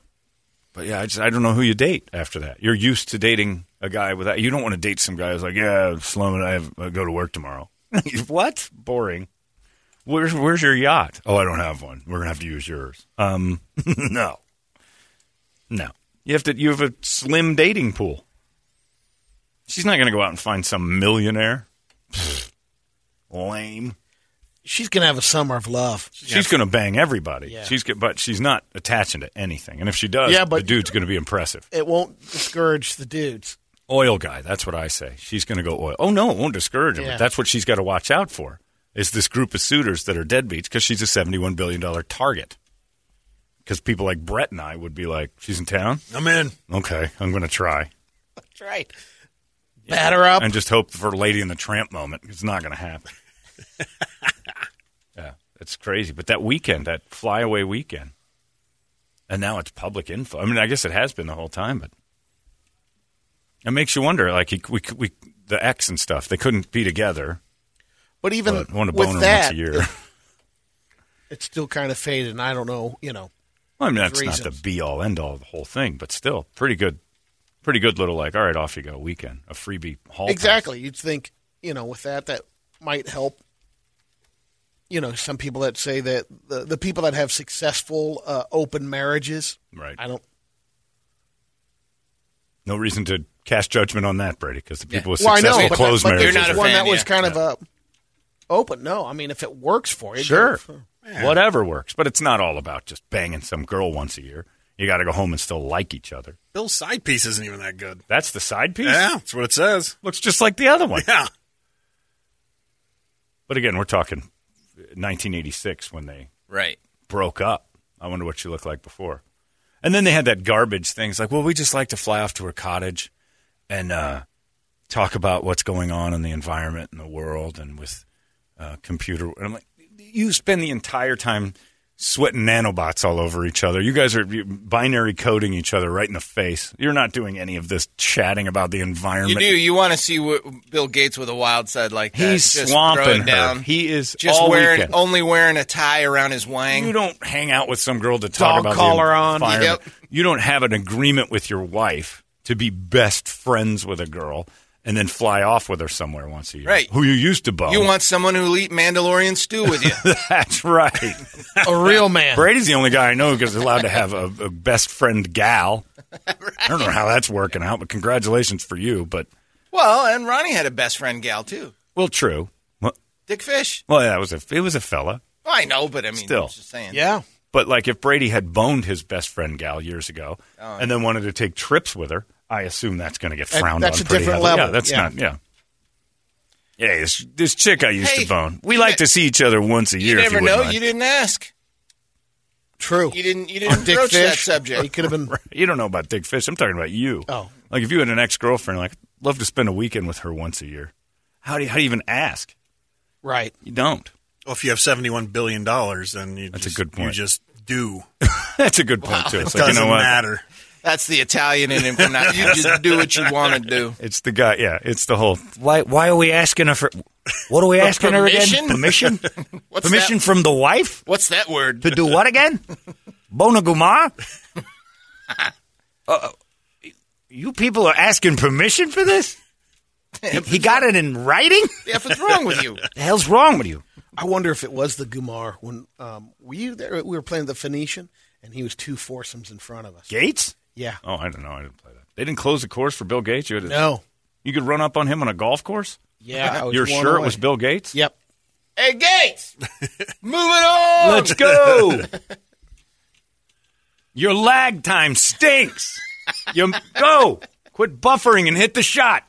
Speaker 4: But yeah, I just I don't know who you date after that. You're used to dating a guy without. You don't want to date some guy who's like, yeah, Sloan, I have I go to work tomorrow. <laughs> what? Boring. Where's Where's your yacht? Oh, I don't have one. We're gonna have to use yours. Um, <laughs> no, no. You have to. You have a slim dating pool. She's not gonna go out and find some millionaire. Pfft. Lame.
Speaker 5: She's gonna have a summer of love.
Speaker 4: She's going to bang everybody.
Speaker 5: Yeah.
Speaker 4: She's go- but she's not attaching to anything. And if she does,
Speaker 5: Yeah, but-
Speaker 4: the dude's going to be impressive.
Speaker 5: It won't discourage the dudes.
Speaker 4: Oil guy, that's what I say. She's going to go oil. Oh no, it won't discourage him.
Speaker 5: Yeah.
Speaker 4: But that's what she's got to watch out for. Is this group of suitors that are deadbeats because she's a seventy-one billion dollar target? Because people like Brett and I would be like, she's in town.
Speaker 6: I'm in.
Speaker 4: Okay, I'm going to try
Speaker 5: That's right. Batter up.
Speaker 4: and just hope for Lady in the Tramp moment. It's not going to happen. <laughs> yeah, that's crazy. But that weekend, that flyaway weekend, and now it's public info. I mean, I guess it has been the whole time, but it makes you wonder. Like he, we, we, the ex and stuff, they couldn't be together.
Speaker 5: But even
Speaker 4: But want to
Speaker 5: with
Speaker 4: bone her once
Speaker 5: that,
Speaker 4: a
Speaker 5: <laughs>
Speaker 4: year. <laughs>
Speaker 5: it's still kind of faded. And I don't know. You know,
Speaker 4: Well, I mean, that's not
Speaker 5: reasons.
Speaker 4: the be all end all of the whole thing, but still, pretty good, pretty good little like. All right, off you go. Weekend, a freebie haul. pass.
Speaker 5: exactly. You'd think you know with that that might help. You know, some people that say that the the people that have successful uh, open marriages.
Speaker 4: Right.
Speaker 5: I don't.
Speaker 4: No reason to cast judgment on that, Brady, because the people with
Speaker 5: Well, I
Speaker 4: successful
Speaker 5: know, but,
Speaker 4: closed
Speaker 5: but
Speaker 4: marriages.
Speaker 5: there's
Speaker 3: You're not a
Speaker 5: one
Speaker 3: fan,
Speaker 5: that was
Speaker 3: yeah.
Speaker 5: kind of a open. No, I mean if it works for you, do
Speaker 4: Sure.
Speaker 5: it for-
Speaker 4: Whatever works. But it's not all about just banging some girl once a year. You got to go home and still like each other.
Speaker 6: Bill's side piece isn't even that good.
Speaker 4: That's the side piece.
Speaker 6: Yeah, that's what it says. <laughs>
Speaker 4: Looks just like the other one.
Speaker 6: Yeah,
Speaker 4: But again, we're talking 1986 when they
Speaker 3: Right.
Speaker 4: broke up. I wonder what she looked like before. And then they had that garbage thing. It's like, well, we just like to fly off to a cottage and uh, talk about what's going on in the environment and the world and with uh, computer. And I'm like, you spend the entire time sweating nanobots all over each other. You guys are you- binary coding each other right in the face. You're not doing any of this chatting about the
Speaker 3: You
Speaker 4: environment.
Speaker 3: do. You want to see what Bill Gates with a wild side like that?
Speaker 4: He's
Speaker 3: just
Speaker 4: swamping
Speaker 3: throw it
Speaker 4: her.
Speaker 3: down.
Speaker 4: He is
Speaker 3: just
Speaker 4: all
Speaker 3: wearing
Speaker 4: weekend.
Speaker 3: only wearing a tie around his wang.
Speaker 4: You don't hang out with some girl to talk
Speaker 3: Dog
Speaker 4: about
Speaker 3: collar
Speaker 4: the
Speaker 3: on.
Speaker 4: environment.
Speaker 3: Yep.
Speaker 4: You don't have an agreement with your wife to be best friends with a girl and then fly off with her somewhere once a year.
Speaker 3: Right.
Speaker 4: Who you used to bone.
Speaker 3: You want someone who'll eat Mandalorian stew with you.
Speaker 4: <laughs> That's right.
Speaker 3: <laughs>
Speaker 5: a real man.
Speaker 4: Brady's the only guy I know who's allowed to have a, a best friend
Speaker 3: <laughs>
Speaker 4: gal. I don't know how that's working out, but congratulations for you. But
Speaker 3: well, and Ronnie had a best friend gal too,
Speaker 4: well, true. Well,
Speaker 3: Dick Fish.
Speaker 4: well, yeah, it was a it was a fella.
Speaker 3: Well, I know, but I mean,
Speaker 4: Still.
Speaker 3: I'm just saying.
Speaker 5: Yeah.
Speaker 4: But like if Brady had boned his best friend gal years ago and then wanted to take trips with her, I assume that's going to get
Speaker 5: That-
Speaker 4: frowned
Speaker 5: that's
Speaker 4: on
Speaker 5: a
Speaker 4: pretty
Speaker 5: different
Speaker 4: heavily.
Speaker 5: level.
Speaker 4: Yeah, that's
Speaker 5: Yeah.
Speaker 4: not. Yeah. Yeah, this, this chick I used
Speaker 3: Hey,
Speaker 4: to bone. We like to see each other once a
Speaker 3: You
Speaker 4: year. if
Speaker 3: never
Speaker 4: you
Speaker 3: know.
Speaker 4: wouldn't mind. Oh,
Speaker 3: You didn't ask.
Speaker 5: True.
Speaker 3: You didn't. You didn't
Speaker 5: Dick
Speaker 3: broach that
Speaker 5: Fish. He
Speaker 3: subject.
Speaker 5: could
Speaker 4: <laughs>
Speaker 5: have been.
Speaker 4: You don't know about Dick Fish. I'm talking about you.
Speaker 5: Oh.
Speaker 4: Like if you had an ex girlfriend, like I'd love to spend a weekend with her once a year. How do you, how do you even ask?
Speaker 5: Right.
Speaker 4: You don't. <laughs>
Speaker 6: Well, if you have seventy-one billion dollars, then you
Speaker 4: That's a
Speaker 6: just,
Speaker 4: good point.
Speaker 6: You just do.
Speaker 4: That's a good point too. It's like, you
Speaker 6: Doesn't
Speaker 4: know what?
Speaker 6: matter.
Speaker 3: That's the Italian in him. Now
Speaker 4: <laughs>
Speaker 3: you just do what you want to do.
Speaker 4: It's the guy. Yeah, it's the whole
Speaker 7: Why? Why are we asking her for? What are we asking
Speaker 3: permission?
Speaker 7: her again? Permission?
Speaker 3: What's
Speaker 7: permission
Speaker 3: That?
Speaker 7: from the wife
Speaker 3: What's that word?
Speaker 7: to do
Speaker 4: <laughs>
Speaker 7: what again? Bona Gumar? Uh, you people are asking permission for this? He- He got it in writing.
Speaker 3: The F is wrong with
Speaker 4: <laughs>
Speaker 3: you.
Speaker 7: The hell's wrong with you?
Speaker 5: I wonder if it was the Gumar when um, were you there? We were playing the Phoenician, and he was two foursomes in front of us.
Speaker 4: Gates.
Speaker 5: Yeah.
Speaker 4: Oh, I don't know. I didn't play that. They didn't close the course for Bill Gates. You, had to-
Speaker 5: No. Oh,
Speaker 4: you could run up on him on a golf course.
Speaker 5: Yeah. I was
Speaker 4: You're
Speaker 5: blown
Speaker 4: sure
Speaker 5: away.
Speaker 4: it was Bill Gates?
Speaker 5: Yep.
Speaker 3: Hey Gates, moving on.
Speaker 4: Let's go. Your lag time stinks. You go. Quit buffering and hit the shot.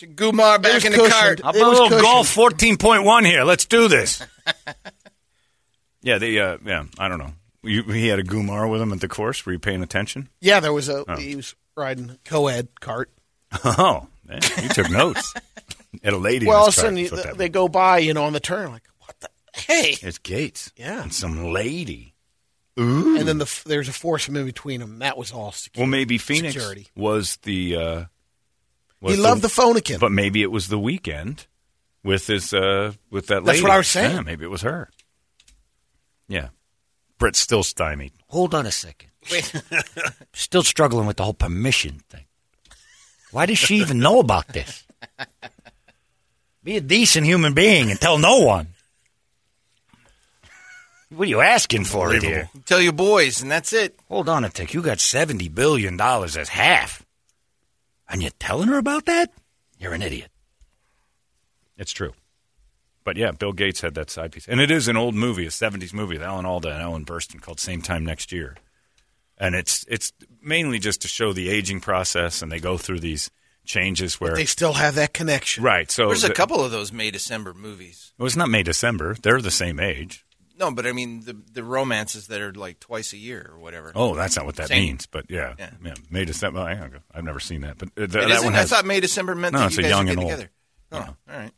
Speaker 3: Gumar back
Speaker 5: There's
Speaker 3: in the
Speaker 5: cushion.
Speaker 3: cart.
Speaker 4: I'll
Speaker 5: It
Speaker 4: put a
Speaker 5: was
Speaker 4: little
Speaker 5: cushioned.
Speaker 4: golf fourteen point one here. Let's do
Speaker 5: <laughs>
Speaker 4: this. yeah, the uh, yeah. I don't know. You, he had a Gumar with him at the course. Were you paying attention? <laughs>
Speaker 5: Yeah. There was a. He was riding a co-ed cart.
Speaker 4: Oh, man, you took
Speaker 5: <laughs>
Speaker 4: notes at a lady.
Speaker 5: well, all of a
Speaker 4: was
Speaker 5: sudden
Speaker 4: trying
Speaker 5: you,
Speaker 4: to put that
Speaker 5: they
Speaker 4: one.
Speaker 5: go by, you know, on the turn, like what the hey?
Speaker 4: It's Gates.
Speaker 5: Yeah.
Speaker 4: and some lady.
Speaker 5: And then the, f- there's a foursome in between them. That was all. Secure.
Speaker 4: Well, maybe Phoenix
Speaker 5: Security.
Speaker 4: was the. Uh, was
Speaker 5: he loved the phonicum.
Speaker 4: But maybe it was the weekend with his uh, with that.
Speaker 5: That's
Speaker 4: lady.
Speaker 5: what I was saying.
Speaker 4: Yeah, maybe it was her. Yeah, Britt's still stymied.
Speaker 7: Hold on a second.
Speaker 3: Wait. <laughs>
Speaker 7: Still struggling with the whole permission thing. Why does she even know about this? Be a decent human being and tell no one. What are you asking for it here?
Speaker 3: Tell your boys, and that's it.
Speaker 7: Hold on a tick. You got seventy billion dollars as half, and you're telling her about that? You're an idiot.
Speaker 4: It's true. But yeah, Bill Gates had that side piece, and it is an old movie, a '70s movie with Alan Alda and Ellen Burstyn called "Same Time Next Year," and it's it's mainly just to show the aging process, and they go through these changes where
Speaker 5: they still have that connection.
Speaker 4: right. So
Speaker 3: There's a
Speaker 4: the-
Speaker 3: couple of those May December movies.
Speaker 4: Well, it's not May December. They're the same age.
Speaker 3: No, but I mean the the romances that are like twice a year or whatever.
Speaker 4: Oh, that's not what that
Speaker 3: Same.
Speaker 4: means. But yeah, yeah.
Speaker 3: Yeah.
Speaker 4: May December. I don't know. I've never seen that, but uh, th-
Speaker 3: It
Speaker 4: that
Speaker 3: isn't?
Speaker 4: one has.
Speaker 3: I thought May December meant
Speaker 4: No,
Speaker 3: that
Speaker 4: it's
Speaker 3: you
Speaker 4: a
Speaker 3: guys
Speaker 4: young
Speaker 3: would
Speaker 4: and
Speaker 3: get
Speaker 4: old.
Speaker 3: together. Oh, all right.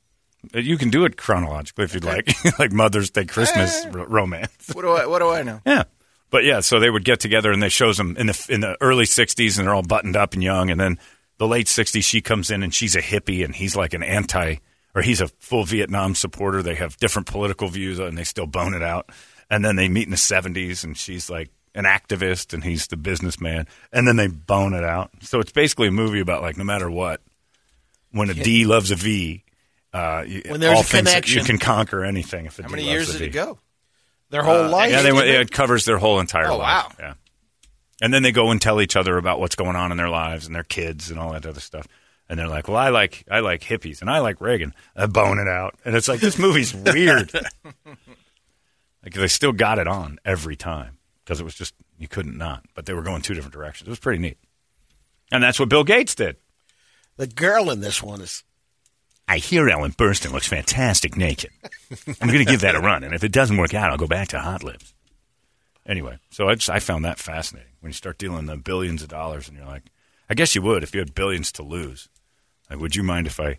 Speaker 4: uh, you can do it chronologically if you'd like, <laughs> like Mother's Day,
Speaker 3: <laughs>
Speaker 4: Christmas r- romance.
Speaker 3: What do I what do
Speaker 4: <laughs>
Speaker 3: I know?
Speaker 4: Yeah, but yeah, so they would get together and they shows them in the in the early '60s, and they're all buttoned up and young, and then the late '60s, she comes in and she's a hippie, and he's like an anti, or he's a full Vietnam supporter. They have different political views, and they still bone it out. And then they meet in the '70s, and she's like an activist, and he's the businessman, and then they bone it out. So it's basically a movie about like no matter what, when a D loves a V. Uh, you-
Speaker 5: When there's
Speaker 4: all
Speaker 5: a
Speaker 4: things that you can
Speaker 5: connection.
Speaker 4: conquer anything if a
Speaker 3: How
Speaker 4: D
Speaker 3: many
Speaker 4: loves
Speaker 3: years
Speaker 4: a
Speaker 3: did
Speaker 4: V.
Speaker 3: it go?
Speaker 5: Their whole life.
Speaker 4: Uh, Yeah, they went, it covers their whole entire
Speaker 3: Oh,
Speaker 4: life.
Speaker 3: wow.
Speaker 4: Yeah. And then they go and tell each other about what's going on in their lives and their kids and all that other stuff. And they're like, "Well, I like I like hippies and I like Reagan." I bone it out, and it's like this
Speaker 3: <laughs>
Speaker 4: movie's weird. like they still got it on every time because it was just you couldn't not. But they were going two different directions. It was pretty neat, and that's what Bill Gates did.
Speaker 5: The girl in this one is
Speaker 4: I hear Ellen Burstyn looks fantastic naked. I'm going to give that a run, and if it doesn't work out, I'll go back to Hot Lips. Anyway, so I just I found that fascinating when you start dealing the billions of dollars, and you're like, I guess you would if you had billions to lose. Like, would you mind if I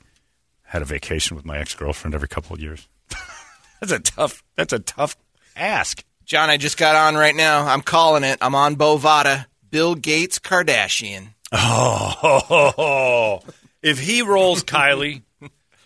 Speaker 4: had a vacation with my ex girlfriend every couple of years? <laughs> that's a tough. That's a tough ask.
Speaker 3: John, I just got on right now. I'm calling it. I'm on Bovada. Bill Gates Kardashian.
Speaker 4: Oh, <laughs> if he rolls Kylie,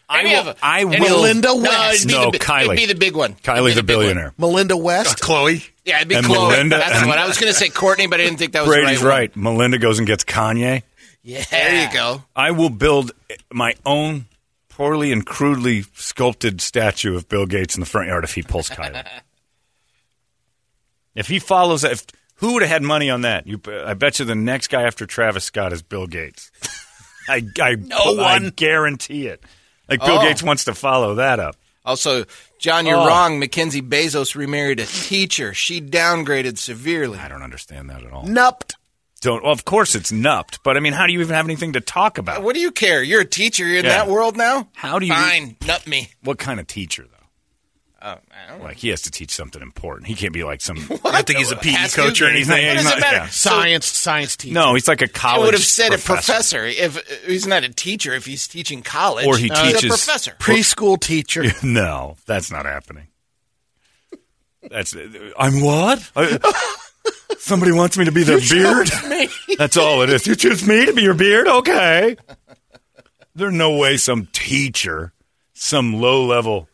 Speaker 4: I
Speaker 3: Maybe
Speaker 4: will.
Speaker 3: have a-
Speaker 4: I
Speaker 3: maybe
Speaker 4: will.
Speaker 5: Melinda
Speaker 3: No,
Speaker 5: West.
Speaker 3: it'd be
Speaker 4: No,
Speaker 3: the, bi-
Speaker 4: Kylie.
Speaker 3: It'd be the big one.
Speaker 4: Kylie, the
Speaker 3: big one.
Speaker 4: billionaire.
Speaker 5: Melinda West.
Speaker 4: Oh,
Speaker 6: Chloe.
Speaker 3: Yeah, it'd be
Speaker 4: And
Speaker 3: Chloe.
Speaker 4: Melinda
Speaker 3: That's the
Speaker 4: and-
Speaker 3: one. I was going to say Courtney, but I didn't think that was
Speaker 4: Brady's
Speaker 3: the right.
Speaker 4: right. Melinda goes and gets Kanye.
Speaker 3: One. Yeah. There you go.
Speaker 4: I will build my own poorly and crudely sculpted statue of Bill Gates in the front yard if he pulls
Speaker 3: <laughs>
Speaker 4: Kylie. if he follows that, if, who would have had money on that? You, I bet you the next guy after Travis Scott is Bill
Speaker 3: <laughs>
Speaker 4: Gates. I, I, no one. guarantee it. Like Bill
Speaker 3: Oh.
Speaker 4: Gates wants to follow that up.
Speaker 3: Also, John, you're
Speaker 4: Oh.
Speaker 3: wrong. Mackenzie Bezos remarried a teacher. She downgraded severely.
Speaker 4: I don't understand that at all.
Speaker 5: Nupped.
Speaker 4: Don't. Well, of course it's nupped, but I mean, how do you even have anything to talk about?
Speaker 3: What do you care? You're a teacher. You're in
Speaker 4: Yeah.
Speaker 3: that world now.
Speaker 4: How do you-
Speaker 3: Fine, nut me.
Speaker 4: What kind of teacher though?
Speaker 3: Oh, I don't know.
Speaker 4: Like he has to teach something important. He can't be like
Speaker 3: <laughs>
Speaker 4: some.
Speaker 6: I think he's a
Speaker 4: E
Speaker 6: PE
Speaker 3: Ask
Speaker 6: coach
Speaker 3: you-
Speaker 6: or anything.
Speaker 3: What
Speaker 4: he's
Speaker 3: does
Speaker 4: not-
Speaker 3: it matter?
Speaker 4: yeah.
Speaker 5: Science, science teacher.
Speaker 4: No, he's like a
Speaker 3: I
Speaker 4: college.
Speaker 3: would have said
Speaker 4: professor.
Speaker 3: a professor. If uh, he's not a teacher, if he's teaching college,
Speaker 4: Or he
Speaker 3: he's
Speaker 4: teaches-
Speaker 3: a professor.
Speaker 5: Preschool teacher.
Speaker 4: no, that's not happening. That's I'm what? I- somebody wants me to be their beard. That's all it is. You choose me to be your beard, okay? There's no way some teacher, some low level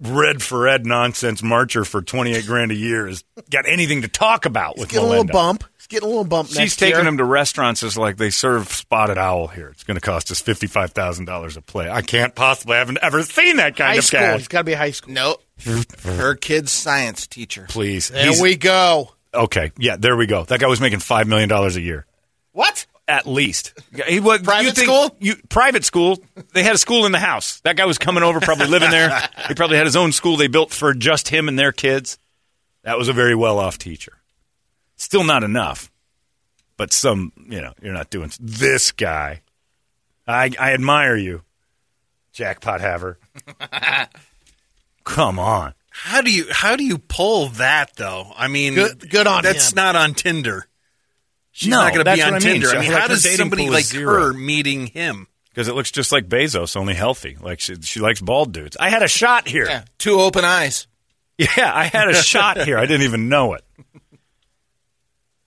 Speaker 4: red for red nonsense marcher for twenty eight grand a year has got anything to talk about with
Speaker 5: Get a little
Speaker 4: Melinda.
Speaker 5: bump. He's getting a little bump
Speaker 4: She's
Speaker 5: next
Speaker 4: taking
Speaker 5: year.
Speaker 4: them to restaurants as like they serve spotted owl here. It's going to cost us fifty five thousand dollars a play. I can't possibly. I haven't ever seen that kind
Speaker 5: high
Speaker 4: of
Speaker 5: school.
Speaker 4: cash.
Speaker 5: He's got to be high school.
Speaker 3: No, her kid's science teacher.
Speaker 4: Please,
Speaker 5: There
Speaker 4: He's-
Speaker 5: we go.
Speaker 4: okay. Yeah, there we go. That guy was making five million dollars a year
Speaker 3: What?
Speaker 4: at least. He was you
Speaker 3: Private
Speaker 4: think-
Speaker 3: school?
Speaker 4: You, private school. They had a school in the house. That guy was coming over, probably living there. He probably had his own school they built for just him and their kids. That was a very well off teacher. Still not enough, but some you know you're not doing this guy. I I admire you, jackpot
Speaker 6: <laughs>
Speaker 4: haver. Come on.
Speaker 6: How do you how do you pull that though? I mean,
Speaker 5: Good- good on
Speaker 6: That's
Speaker 5: him.
Speaker 6: not on Tinder. She's
Speaker 4: No,
Speaker 6: not going to
Speaker 4: that's
Speaker 6: be on
Speaker 4: what I mean.
Speaker 6: Tinder.
Speaker 4: So,
Speaker 6: I mean,
Speaker 4: like,
Speaker 6: how
Speaker 4: her
Speaker 6: does
Speaker 4: dating
Speaker 6: somebody
Speaker 4: pool is
Speaker 6: like
Speaker 4: zero.
Speaker 6: her meeting him?
Speaker 4: Because it looks just like Bezos, only healthy. Like she, she likes bald dudes. I had a shot here.
Speaker 3: Yeah, two open eyes.
Speaker 4: <laughs> Yeah, I had a shot here. I didn't even know it.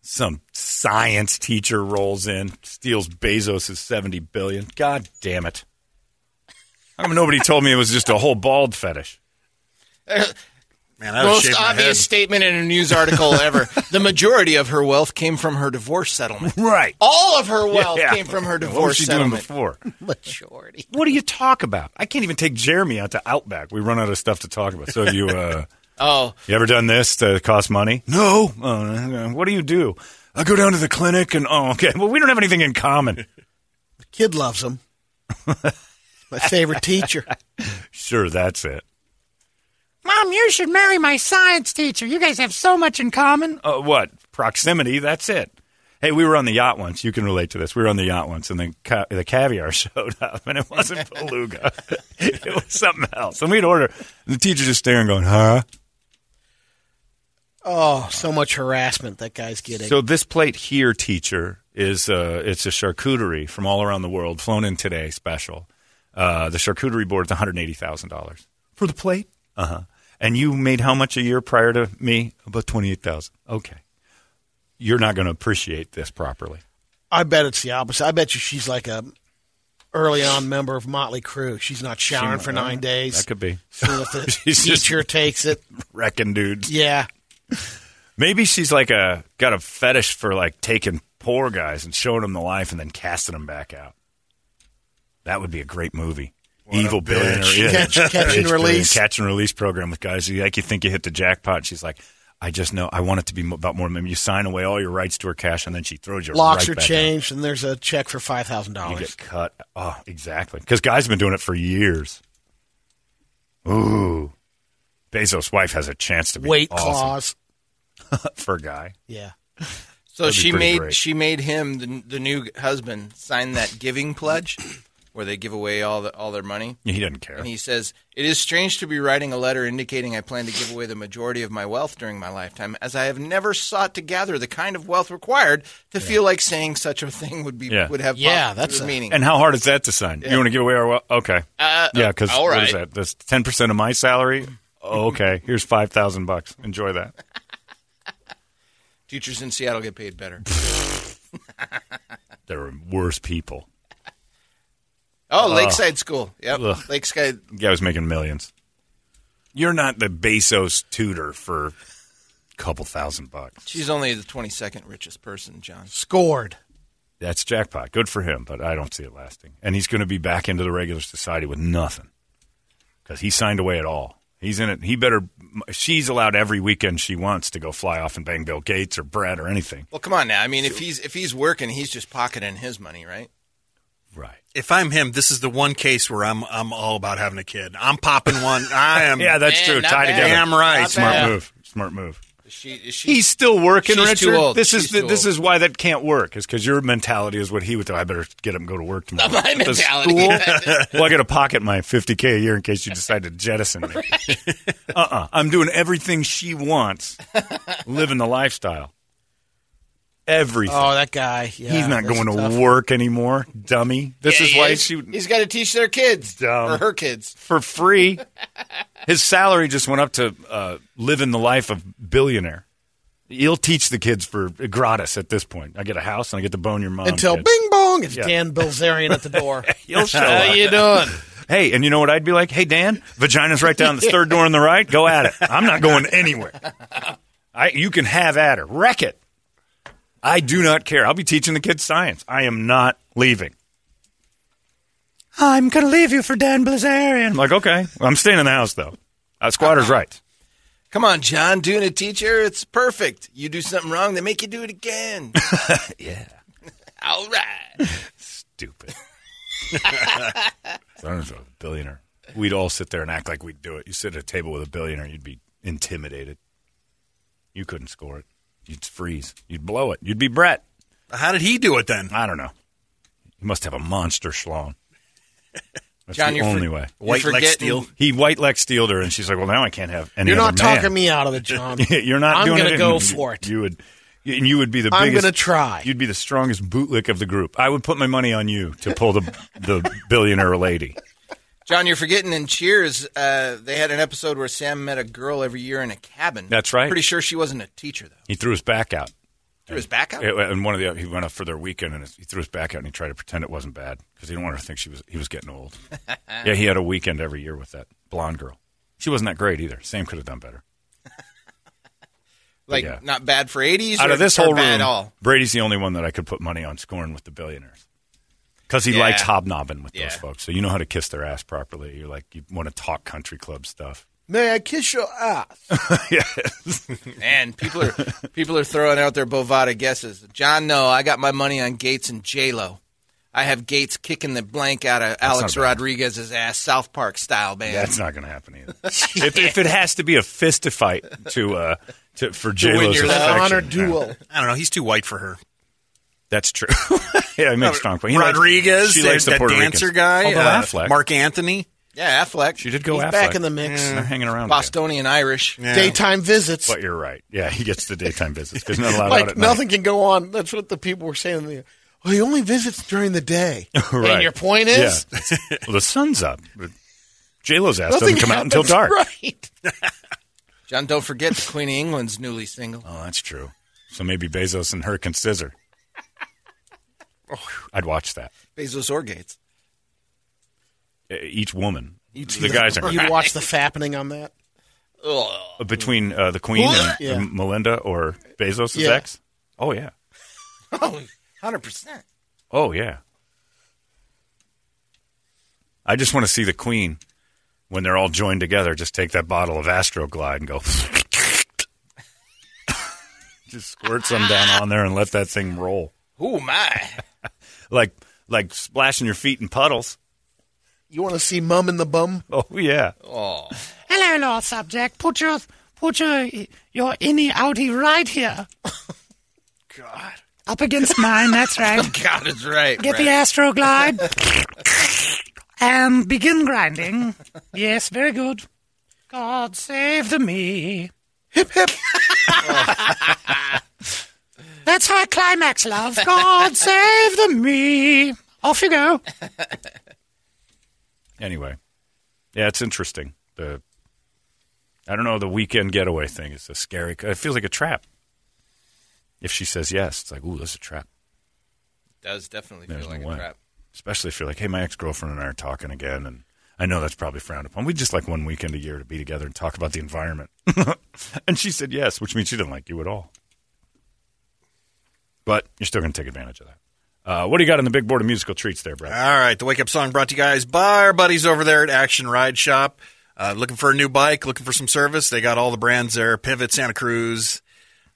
Speaker 4: Some science teacher rolls in, steals Bezos' 70 billion. God damn it. How come nobody told me it was just a whole bald fetish?
Speaker 6: Man, I would
Speaker 3: Most
Speaker 6: shave my head.
Speaker 3: obvious statement in a news article ever.
Speaker 4: <laughs>
Speaker 3: The majority of her wealth came from her divorce settlement.
Speaker 4: Right.
Speaker 3: All of her wealth came from her
Speaker 4: What
Speaker 3: divorce
Speaker 4: was she doing
Speaker 3: settlement.
Speaker 4: before?
Speaker 3: <laughs>
Speaker 5: Majority.
Speaker 4: What do you talk about? I can't even take Jeremy out to Outback. We run out of stuff to talk about. So you uh
Speaker 3: <laughs> Oh,
Speaker 4: You ever done this to cost money? No. Uh, what do you do? I go down to the clinic and oh, okay. Well, we don't have anything in common.
Speaker 5: The kid
Speaker 4: <laughs>
Speaker 5: loves him. My favorite teacher.
Speaker 4: Sure, that's it.
Speaker 7: Mom, you should marry my science teacher. You guys have so much in common.
Speaker 4: Uh, what proximity? That's it. Hey, we were on the yacht once. You can relate to this. We were on the yacht once, and then ca- the caviar <laughs> showed up, and it
Speaker 7: <laughs>
Speaker 4: wasn't beluga. <laughs> it was something else. And we'd order. And the teacher just staring, going, "Huh."
Speaker 5: Oh, so much harassment that guy's getting.
Speaker 4: So this plate here, teacher, is uh, it's a charcuterie from all around the world, flown in today, special. Uh, the charcuterie board is one hundred eighty thousand dollars for the plate. Uh huh. And you made how much a year prior to me? About twenty eight thousand. Okay. You're not going to appreciate this properly.
Speaker 5: I bet it's the opposite. I bet you she's like a early on member of Motley Crue. She's not showering for nine days.
Speaker 4: That could be.
Speaker 5: So if
Speaker 4: <laughs>
Speaker 5: the
Speaker 4: She's just-
Speaker 5: teacher takes it,
Speaker 4: Reckon, dudes.
Speaker 5: yeah.
Speaker 4: Maybe she's like a got a fetish for like taking poor guys and showing them the life and then casting them back out. That would be a great movie. Evil billionaire, <laughs> yeah. <laughs>
Speaker 5: Catch- catch and
Speaker 4: Bitch billionaire.
Speaker 5: release.
Speaker 4: catch and release program with guys. You like you think you hit the jackpot. And she's like, I just know I want it to be mo- about more. Maybe you sign away all your rights to her cash, and then she throws you
Speaker 5: Locks
Speaker 4: right
Speaker 5: are
Speaker 4: back out.
Speaker 5: changed, and there's a check for five thousand
Speaker 4: You
Speaker 5: dollars.
Speaker 4: get cut. Oh, exactly. Because guys have been doing it for years. Ooh, Bezos' wife has a chance to be
Speaker 5: Weight
Speaker 4: awesome
Speaker 5: clause.
Speaker 4: <laughs> for a guy.
Speaker 5: Yeah.
Speaker 3: so
Speaker 4: That'd be
Speaker 3: she
Speaker 4: pretty
Speaker 3: made
Speaker 4: great. <clears throat>
Speaker 3: she made him the, the new husband sign that giving pledge, where they give away all the, all their money.
Speaker 4: Yeah, he doesn't care.
Speaker 3: And he says, It is strange to be writing a letter indicating I plan to give away the majority of my wealth during my lifetime, as I have never sought to gather the kind of wealth required to feel like saying such a thing would be
Speaker 4: Yeah.
Speaker 3: would have
Speaker 4: Yeah,
Speaker 3: pos-
Speaker 4: that's
Speaker 3: would
Speaker 4: a-
Speaker 3: meaning.
Speaker 4: And how hard is that to sign?
Speaker 3: Yeah.
Speaker 4: You want to give away our well? Okay.
Speaker 3: Uh,
Speaker 4: yeah, because
Speaker 3: all
Speaker 4: what is
Speaker 3: right.
Speaker 4: that? That's ten percent of my salary. Okay, here's five thousand bucks. Enjoy that.
Speaker 3: Teachers in Seattle get
Speaker 4: <laughs>
Speaker 3: paid better.
Speaker 4: They're worse people.
Speaker 3: Oh,
Speaker 4: Ugh.
Speaker 3: Lakeside School. Yep.
Speaker 4: Ugh.
Speaker 3: Lakeside.
Speaker 4: Guy's making millions. You're not the Bezos tutor for a couple thousand bucks.
Speaker 3: She's only the 22nd richest person, John.
Speaker 5: Scored.
Speaker 4: That's jackpot. Good for him, but I don't see it lasting. And he's going to be back into the regular society with nothing because he signed away at all. He's in it. He better. She's allowed every weekend she wants to go fly off and bang Bill Gates or Brett or anything.
Speaker 3: Well, come on now. I mean, if he's if he's working, he's just pocketing his money, right?
Speaker 4: Right.
Speaker 6: If I'm him, this is the one case where I'm I'm all about having a kid. I'm
Speaker 4: <laughs>
Speaker 6: popping one. I am.
Speaker 4: Yeah, that's true. Tie together.
Speaker 6: Damn right.
Speaker 4: Smart move. Smart move.
Speaker 3: She, is she,
Speaker 4: He's still working,
Speaker 3: She's
Speaker 4: Richard.
Speaker 3: too old.
Speaker 4: This is
Speaker 3: She's
Speaker 4: the,
Speaker 3: too
Speaker 4: this
Speaker 3: old.
Speaker 4: is why that can't work. Is because your mentality is what he would do. I better get up and go to work tomorrow.
Speaker 3: <laughs> my
Speaker 4: The
Speaker 3: mentality.
Speaker 4: school? <laughs> well, I got to pocket my fifty k a year in case you decide to jettison me. uh uh-uh. uh. i am doing everything she wants, living the lifestyle. Everything.
Speaker 5: Oh, that guy. Yeah,
Speaker 4: He's not
Speaker 5: that's
Speaker 4: going
Speaker 5: a tough
Speaker 4: to work anymore, dummy. This
Speaker 3: Yeah,
Speaker 4: is
Speaker 3: he
Speaker 4: why
Speaker 3: is.
Speaker 4: she
Speaker 3: He's got to teach their kids
Speaker 4: Dumb.
Speaker 3: or her kids.
Speaker 4: for free. His salary just went up to uh, living the life of billionaire. He'll teach the kids for gratis at this point. I get a house and I get to bone your mom
Speaker 5: Until
Speaker 4: kid.
Speaker 5: bing bong, it's
Speaker 4: Yeah.
Speaker 5: Dan Bilzerian at the door.
Speaker 4: <laughs> He'll show
Speaker 5: How
Speaker 4: up.
Speaker 5: you doing?
Speaker 4: <laughs> Hey, and you know what I'd be like? Hey, Dan, vagina's right down the third door on the right. Go at it. I'm not going anywhere. I, you can have at her. Wreck it. I do not care. I'll be teaching the kids science. I am not leaving. I'm going to leave you for Dan Blazarian. I'm like, okay. I'm staying in the house, though. Uh, squatter's right.
Speaker 3: Come on, John, doing a teacher, it's perfect. You do something wrong, they make you do
Speaker 4: <laughs>
Speaker 3: it again. yeah. All right.
Speaker 4: stupid. <laughs> I don't know, a billionaire. We'd all sit there and act like we'd do it. You sit at a table with a billionaire, you'd be intimidated. You couldn't score it. You'd freeze. You'd blow it. You'd be Brett.
Speaker 6: How did he do it then?
Speaker 4: I don't know. You must have a monster schlong. That's
Speaker 3: John,
Speaker 4: the
Speaker 3: you're for-
Speaker 4: only way.
Speaker 3: You're
Speaker 6: White Lex
Speaker 3: forgetting-
Speaker 6: Steel.
Speaker 4: He white lex steeled her, and she's like, "Well, now I can't have any."
Speaker 5: You're not
Speaker 4: other man."
Speaker 5: talking me out of it, John.
Speaker 4: <laughs> you're not.
Speaker 5: I'm
Speaker 4: doing
Speaker 5: gonna
Speaker 4: it.
Speaker 5: go
Speaker 4: And
Speaker 5: for
Speaker 4: you,
Speaker 5: it.
Speaker 4: You would, and you would be the.
Speaker 5: I'm
Speaker 4: biggest,
Speaker 5: gonna try.
Speaker 4: You'd be the strongest bootlick of the group. I would put my money on you to pull the the billionaire lady.
Speaker 3: John, you're forgetting in Cheers, uh, they had an episode where Sam met a girl every year in a cabin.
Speaker 4: That's right.
Speaker 3: Pretty sure she wasn't a teacher, though.
Speaker 4: He threw his back out.
Speaker 3: Threw his back out.
Speaker 4: It- and one of the he went up for their weekend and he threw his back out and he tried to pretend it wasn't bad because he didn't want her to think she was he was getting
Speaker 5: <laughs>
Speaker 4: old. yeah, he had a weekend every year with that blonde girl. She wasn't that great either. Sam could have done better.
Speaker 3: like,
Speaker 4: yeah.
Speaker 3: not bad for 80s
Speaker 4: Out
Speaker 3: or,
Speaker 4: of this
Speaker 3: or
Speaker 4: whole
Speaker 3: bad
Speaker 4: room,
Speaker 3: at all.
Speaker 4: Brady's the only one that I could put money on scoring with the billionaires because he
Speaker 3: Yeah.
Speaker 4: likes hobnobbing with
Speaker 3: Yeah.
Speaker 4: those folks. So you know how to kiss their ass properly. You're like you want to talk country club stuff.
Speaker 5: May I kiss your ass?
Speaker 4: <laughs>
Speaker 3: Man, people are people are throwing out their bovada guesses. John, no, I got my money on Gates and J Lo. I have Gates kicking the blank out of Alex
Speaker 4: not bad.
Speaker 3: Rodriguez's ass, South Park style, man.
Speaker 4: That's not going to happen either. if, if it has to be a fistifight to uh to for J
Speaker 3: win
Speaker 4: Lo's
Speaker 3: your love.
Speaker 4: affection,
Speaker 5: Honor
Speaker 4: yeah.
Speaker 5: duel.
Speaker 6: I don't know. He's too white for her.
Speaker 4: That's true. <laughs> yeah, he makes strong points. He likes-
Speaker 6: Rodriguez,
Speaker 4: she likes the
Speaker 6: that, that
Speaker 4: Puerto
Speaker 6: dancer
Speaker 4: Ricans.
Speaker 6: guy,
Speaker 4: Although
Speaker 6: uh,
Speaker 4: Affleck,
Speaker 6: Mark Anthony.
Speaker 3: Yeah, Affleck.
Speaker 4: she did go
Speaker 5: He's
Speaker 4: Affleck.
Speaker 5: back in the mix.
Speaker 4: They're hanging around. with you.
Speaker 3: Bostonian Irish.
Speaker 5: Daytime visits.
Speaker 4: But you're right. Yeah, he gets the daytime visits because not allowed out
Speaker 5: like
Speaker 4: at
Speaker 5: nothing can go on. That's what the people were saying. They- Well, he only visits during the day.
Speaker 4: <laughs> <laughs> Right.
Speaker 5: And your point <laughs> is
Speaker 4: Yeah. well, the sun's up. J Lo's ass
Speaker 5: nothing
Speaker 4: doesn't come out until
Speaker 5: happens
Speaker 4: dark.
Speaker 5: <laughs> Right.
Speaker 3: John, don't forget the Queen of England's newly single.
Speaker 4: Oh, that's true. So maybe Bezos and her can
Speaker 5: <laughs>
Speaker 4: scissor. I'd watch that.
Speaker 3: Bezos or Gates.
Speaker 4: E- Each woman. the guys are <laughs>
Speaker 5: You'd watch the fappening on that.
Speaker 4: between uh, the Queen and
Speaker 5: Yeah.
Speaker 4: and Melinda or Bezos'
Speaker 5: Yeah.
Speaker 4: ex. Oh yeah.
Speaker 3: Oh, 100%.
Speaker 4: Oh yeah. I just want to see the Queen when they're all joined together. Just take that bottle of Astroglide and go. <laughs> just squirt some down on there and let that thing roll
Speaker 3: Who my?
Speaker 4: like like splashing your feet in puddles. <laughs>
Speaker 5: You want to see Mum and the Bum?
Speaker 4: Oh yeah.
Speaker 3: Oh.
Speaker 7: Hello, law subject. Put your put your your innie outie right here. God. Up against mine. That's right.
Speaker 3: <laughs> God is right.
Speaker 7: Get
Speaker 3: Brad.
Speaker 7: the Astroglide. Um, begin grinding. yes, very good. God save the me. Hip hip. That's high climax, love. God save the me. Off you go.
Speaker 4: Anyway, yeah, it's interesting. The I don't know the weekend getaway thing is a scary. It feels like a trap. If she says yes, it's like, ooh, that's a trap.
Speaker 3: does definitely
Speaker 4: There's
Speaker 3: feel like
Speaker 4: no
Speaker 3: a
Speaker 4: way.
Speaker 3: trap.
Speaker 4: Especially if you're like, hey, my ex girlfriend and I are talking again, and I know that's probably frowned upon. We just like one weekend a year to be together and talk about the environment. <laughs> and she said yes, which means she didn't like you at all. But you're still going to take advantage of that. Uh, what do you got on the big board of musical treats there, Brad?
Speaker 6: All right, the wake up song brought to you guys by our buddies over there at Action Ride Shop. Uh, looking for a new bike, looking for some service. They got all the brands there: Pivot, Santa Cruz,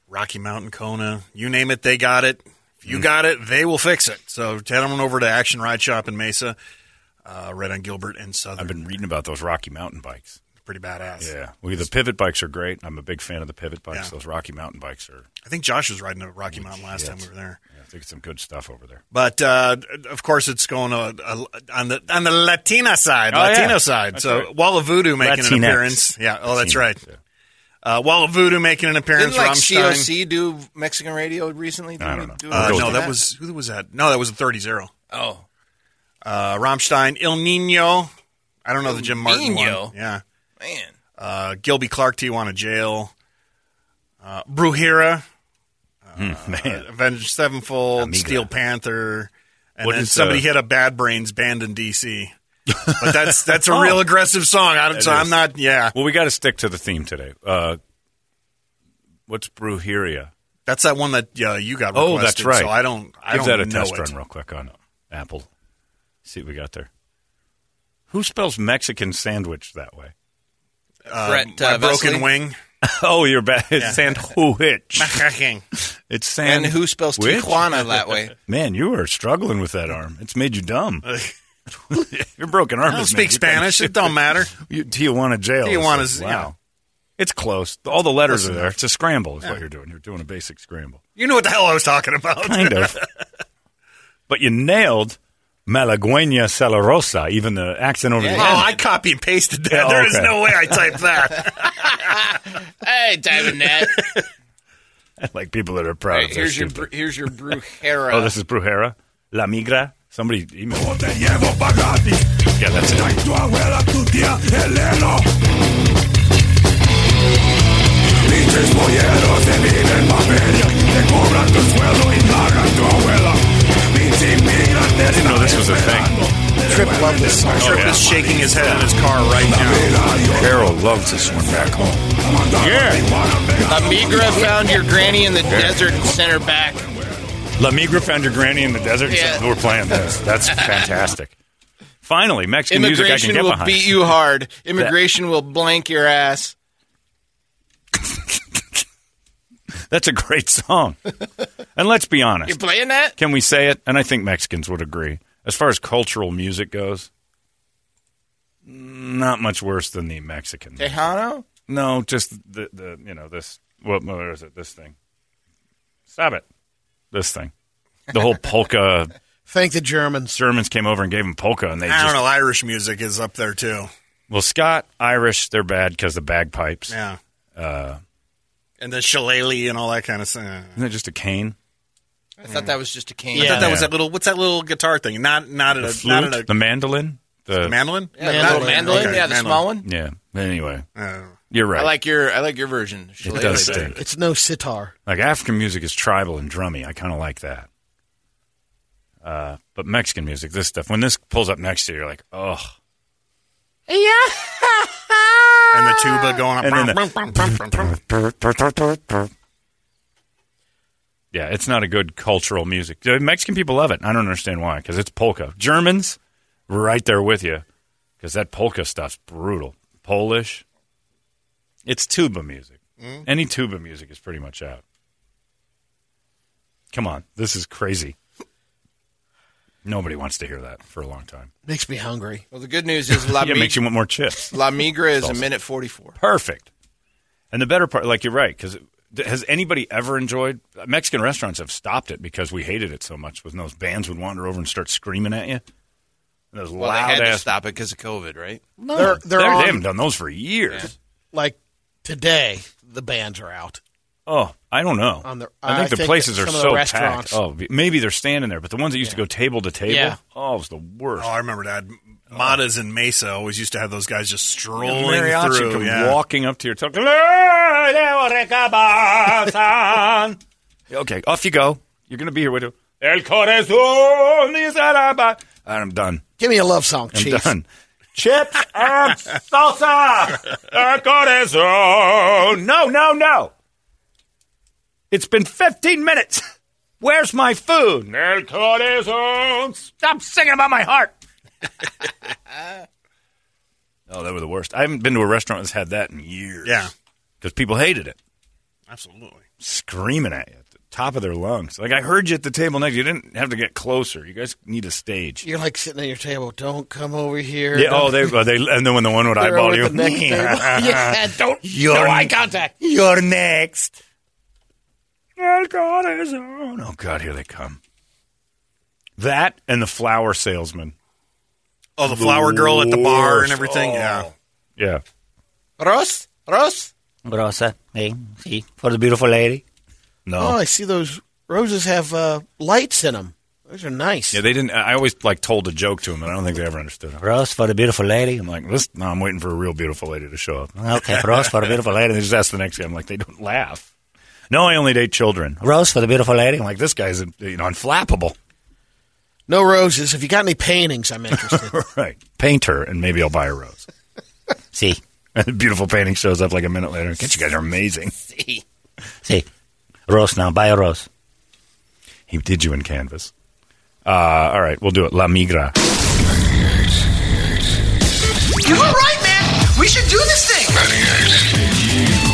Speaker 6: Rocky Mountain, Kona. You name it, they got it. If
Speaker 4: Mm.
Speaker 6: you got it, they will fix it. So head on over to Action Ride Shop in Mesa, uh, right on Gilbert and Southern.
Speaker 4: I've been reading about those Rocky Mountain bikes.
Speaker 6: Pretty badass.
Speaker 4: Yeah. Well, the pivot bikes are great. I'm a big fan of the pivot bikes.
Speaker 6: Yeah.
Speaker 4: Those Rocky Mountain bikes are.
Speaker 6: I think Josh was riding a Rocky Mountain last time we were there.
Speaker 4: Yeah, I think it's some good stuff over there.
Speaker 6: But uh, of course, it's going uh, uh, on the on the Latina side,
Speaker 4: Oh, yeah.
Speaker 6: Latino side.
Speaker 4: That's
Speaker 6: so
Speaker 4: right.
Speaker 6: Walla Voodoo making an
Speaker 4: Latinx.
Speaker 6: appearance. Yeah. Oh, that's
Speaker 4: Latinx,
Speaker 6: right. Uh, Walla Voodoo making an appearance.
Speaker 3: Didn't like
Speaker 6: Rammstein.
Speaker 3: COC do Mexican radio recently? Didn't
Speaker 4: I don't
Speaker 3: he
Speaker 4: know.
Speaker 3: do
Speaker 6: Uh,
Speaker 3: it?
Speaker 6: no, that was who was that? No, that was a thirty zero.
Speaker 3: oh
Speaker 6: Uh, Rammstein, El Nino. I don't know the Jim Martin
Speaker 3: Nino?
Speaker 6: one. Yeah.
Speaker 3: man.
Speaker 6: Uh, Gilby Clark, Tijuana Jail. Uh, Brujera,
Speaker 4: <laughs> Man.
Speaker 6: Avenged Uh, Sevenfold,
Speaker 4: Amiga.
Speaker 6: Steel Panther. And
Speaker 4: What
Speaker 6: then
Speaker 4: is,
Speaker 6: somebody
Speaker 4: uh,
Speaker 6: hit a Bad Brains band
Speaker 4: <laughs>
Speaker 6: in DC. but that's that's a real aggressive song. I don't, so I'm
Speaker 4: Oh. is.
Speaker 6: not. Yeah,
Speaker 4: Well, we got to stick to the theme today. Uh, what's Brujeria?
Speaker 6: that's that one that uh, you got.
Speaker 4: Oh, that's
Speaker 6: requested,
Speaker 4: right.
Speaker 6: So I don't. I
Speaker 4: Give
Speaker 6: don't
Speaker 4: that a
Speaker 6: know
Speaker 4: test
Speaker 6: it.
Speaker 4: run real quick on Apple. See what we got there. Who spells Mexican sandwich that way? <laughs> Um,
Speaker 6: Uh,
Speaker 3: Brett,
Speaker 6: my
Speaker 3: uh,
Speaker 6: broken <laughs>
Speaker 3: Vesely?
Speaker 6: wing.
Speaker 4: oh, you're bad. It's sandwich. It's
Speaker 3: And
Speaker 4: sand.
Speaker 3: who spells
Speaker 4: which?
Speaker 3: Tijuana that way?
Speaker 4: <laughs> Man, you are struggling with that arm. It's made you dumb.
Speaker 6: <laughs>
Speaker 4: <laughs> Your broken arm.
Speaker 6: I don't
Speaker 4: has
Speaker 6: speak
Speaker 4: made Oh, you dumb. <laughs>
Speaker 6: Spanish. It don't matter.
Speaker 4: You, Tijuana jail. is
Speaker 6: Tijuana's-
Speaker 4: like,
Speaker 6: yeah.
Speaker 4: wow. It's close. All the letters
Speaker 6: Close
Speaker 4: are there.
Speaker 6: enough.
Speaker 4: It's a scramble. Is what you're doing. You're doing a basic scramble,
Speaker 6: You know what the hell I was talking <laughs> about.
Speaker 4: kind of. <laughs> but you nailed Malagueña Salarosa. Even the accent over
Speaker 6: Oh,
Speaker 4: the
Speaker 6: I copy and pasted that.
Speaker 4: Yeah,
Speaker 6: There is
Speaker 4: Oh, okay.
Speaker 6: no way I typed
Speaker 4: <laughs>
Speaker 6: that.
Speaker 3: Hey, Diamond Net.
Speaker 4: I like people that are proud. of their
Speaker 3: here's your
Speaker 4: stupid-
Speaker 3: br- here's your Brujera.
Speaker 4: oh, this is Brujera La Migra. Somebody emailed.
Speaker 2: Te llevo para ti.
Speaker 4: Yeah, that's it.
Speaker 2: Ay, tu abuela, tu tía, el heno. Pinches polleros te viven papel. Te cobran tu sueldo y pagan tu abuela. Pinche inmigrante.
Speaker 4: I didn't know this was a thing. Oh,
Speaker 5: Trip loved this song.
Speaker 6: Trip is shaking his head in his car right now.
Speaker 4: Carol loves this one back home. Yeah,
Speaker 3: Amigra found your granny in the desert and sent her back.
Speaker 4: La Migra found your granny in the desert. and said,
Speaker 3: Yeah.
Speaker 4: We're playing this. That's fantastic. Finally, Mexican music I can
Speaker 3: Immigration
Speaker 4: get
Speaker 3: will
Speaker 4: behind.
Speaker 3: beat you hard. Immigration will blank your ass.
Speaker 4: That's a great song. and let's be
Speaker 3: You
Speaker 4: honest.
Speaker 3: playing that?
Speaker 4: Can we say it? And I think Mexicans would agree. As far as cultural music goes, not much worse than the Mexican.
Speaker 3: Tejano?
Speaker 4: No, just the, the you know this what what is it? This thing. Stop it. This thing. The
Speaker 6: <laughs>
Speaker 4: whole polka.
Speaker 5: Thank the Germans.
Speaker 4: Germans came over and gave them polka, and they
Speaker 6: I
Speaker 4: just
Speaker 6: don't know. Irish music is up there too.
Speaker 4: well Scott Irish. They're bad because the bagpipes.
Speaker 6: Yeah.
Speaker 4: Uh,
Speaker 6: and the shillelagh and all that kind of stuff.
Speaker 4: Isn't that just a cane?
Speaker 3: I thought that was just a can.
Speaker 6: I thought that was
Speaker 4: Yeah.
Speaker 6: that little. What's that little guitar thing? Not not
Speaker 4: The
Speaker 6: a
Speaker 4: flute,
Speaker 6: not
Speaker 4: the
Speaker 6: a
Speaker 4: mandolin, the
Speaker 6: mandolin.
Speaker 3: Yeah, the little
Speaker 6: Not-
Speaker 3: mandolin.
Speaker 6: okay,
Speaker 3: yeah, the
Speaker 6: mandolin.
Speaker 3: small one.
Speaker 4: yeah. Anyway,
Speaker 6: Uh,
Speaker 4: you're right.
Speaker 3: I like your I like your version.
Speaker 4: it
Speaker 3: Shillelagh.
Speaker 4: does stink.
Speaker 5: It's no sitar.
Speaker 4: Like African music is tribal and drummy. I kind of like that. Uh, but Mexican music, this stuff, when this pulls up next to you, you're like, oh.
Speaker 6: and the tuba going up.
Speaker 4: And then Yeah, it's not a good cultural music. The Mexican people love it. I don't understand why, because it's polka. Germans, right there with you, because that polka stuff's brutal. Polish, it's tuba music. Any tuba music is pretty much out. Come on, this is crazy. Nobody wants to hear that for a long time.
Speaker 5: Makes me hungry.
Speaker 3: Well, the good news is La,
Speaker 4: <laughs> Yeah, it makes
Speaker 3: Mig-
Speaker 4: you want more chips.
Speaker 3: La Migra is a
Speaker 4: Salsa.
Speaker 3: minute forty four.
Speaker 4: Perfect. And the better part, like you're right, because has anybody ever enjoyed Mexican restaurants have stopped it because we hated it so much when those bands would wander over and start screaming at you. And those
Speaker 3: Well,
Speaker 4: loud
Speaker 3: they had to
Speaker 4: ass.
Speaker 3: stop it because of COVID, right?
Speaker 5: No, they're
Speaker 4: They're,
Speaker 5: they're
Speaker 4: they
Speaker 5: on,
Speaker 4: haven't done those for years.
Speaker 5: like today. The bands are out.
Speaker 4: Oh, I don't know.
Speaker 5: On the-
Speaker 4: I think
Speaker 5: I
Speaker 4: the
Speaker 5: think
Speaker 4: places are
Speaker 5: some of the
Speaker 4: so
Speaker 5: restaurants-
Speaker 4: packed. Oh, be- maybe they're standing there, but the ones that used to go table to table,
Speaker 5: Yeah.
Speaker 4: oh, it was the worst.
Speaker 6: Oh, I remember that. Madas and Mesa always used to have those guys just strolling
Speaker 4: Mariachi
Speaker 6: through.
Speaker 4: come
Speaker 6: yeah.
Speaker 4: walking up to your talk. <laughs> okay, off you go. You're going to be here with you. El corazón is a la ba- I'm done.
Speaker 5: Give me a love song,
Speaker 4: I'm
Speaker 5: Chief.
Speaker 4: done. Chips <laughs> and salsa. El corazón. No, no, no. It's been 15 minutes. Where's my food? El corazón. Stop singing about my heart. <laughs> oh, they were the worst. I haven't been to a restaurant that's had that in years.
Speaker 6: Yeah.
Speaker 4: Because people hated it
Speaker 6: Absolutely.
Speaker 4: screaming at you at the top of their lungs. Like I heard you at the table next. You didn't have to get closer. You guys need a stage.
Speaker 5: You're like sitting at your table. Don't come over here.
Speaker 4: Yeah.
Speaker 5: Don't-
Speaker 4: Oh, they, well, they and then when the one would
Speaker 5: They're
Speaker 4: eyeball
Speaker 5: over
Speaker 4: you,
Speaker 5: at
Speaker 4: <laughs>
Speaker 5: the next table. <laughs> Yeah, don't-
Speaker 4: You're,
Speaker 5: no eye contact.
Speaker 4: You're next. El corazon. Oh God, here they come. That and the flower salesman.
Speaker 6: Oh, the flower girl at the bar
Speaker 4: worst.
Speaker 6: and everything. Yeah.
Speaker 4: Oh. Yeah.
Speaker 3: Ross, Ross.
Speaker 7: Rosa, hey, see, eh, for the beautiful lady.
Speaker 4: No.
Speaker 5: Oh, I see those roses have uh, lights in them. Those are nice.
Speaker 4: yeah, they didn't. I always like told a joke to him, and I don't think they ever understood. it.
Speaker 7: Rosa for the beautiful lady.
Speaker 4: I'm like, listen, no, I'm waiting for a real beautiful lady to show up.
Speaker 7: Okay, Rosa for the beautiful
Speaker 4: <laughs> And
Speaker 7: lady.
Speaker 4: they just ask the next guy. I'm like, they don't laugh. No, I only date children.
Speaker 7: Rose for the beautiful lady.
Speaker 4: I'm like, this guy's you know unflappable.
Speaker 5: No roses. Have you got any paintings?
Speaker 4: <laughs>
Speaker 5: I'm interested.
Speaker 4: Right. Paint her, and maybe I'll buy a rose.
Speaker 7: <laughs> See,
Speaker 4: And the <laughs> beautiful painting shows up like a minute later. God, you guys are amazing.
Speaker 7: <laughs> see, Rose now. Buy a rose.
Speaker 4: He did you in canvas. Uh, all right, we'll do it. La migra.
Speaker 8: You're all right, man. We should do this thing.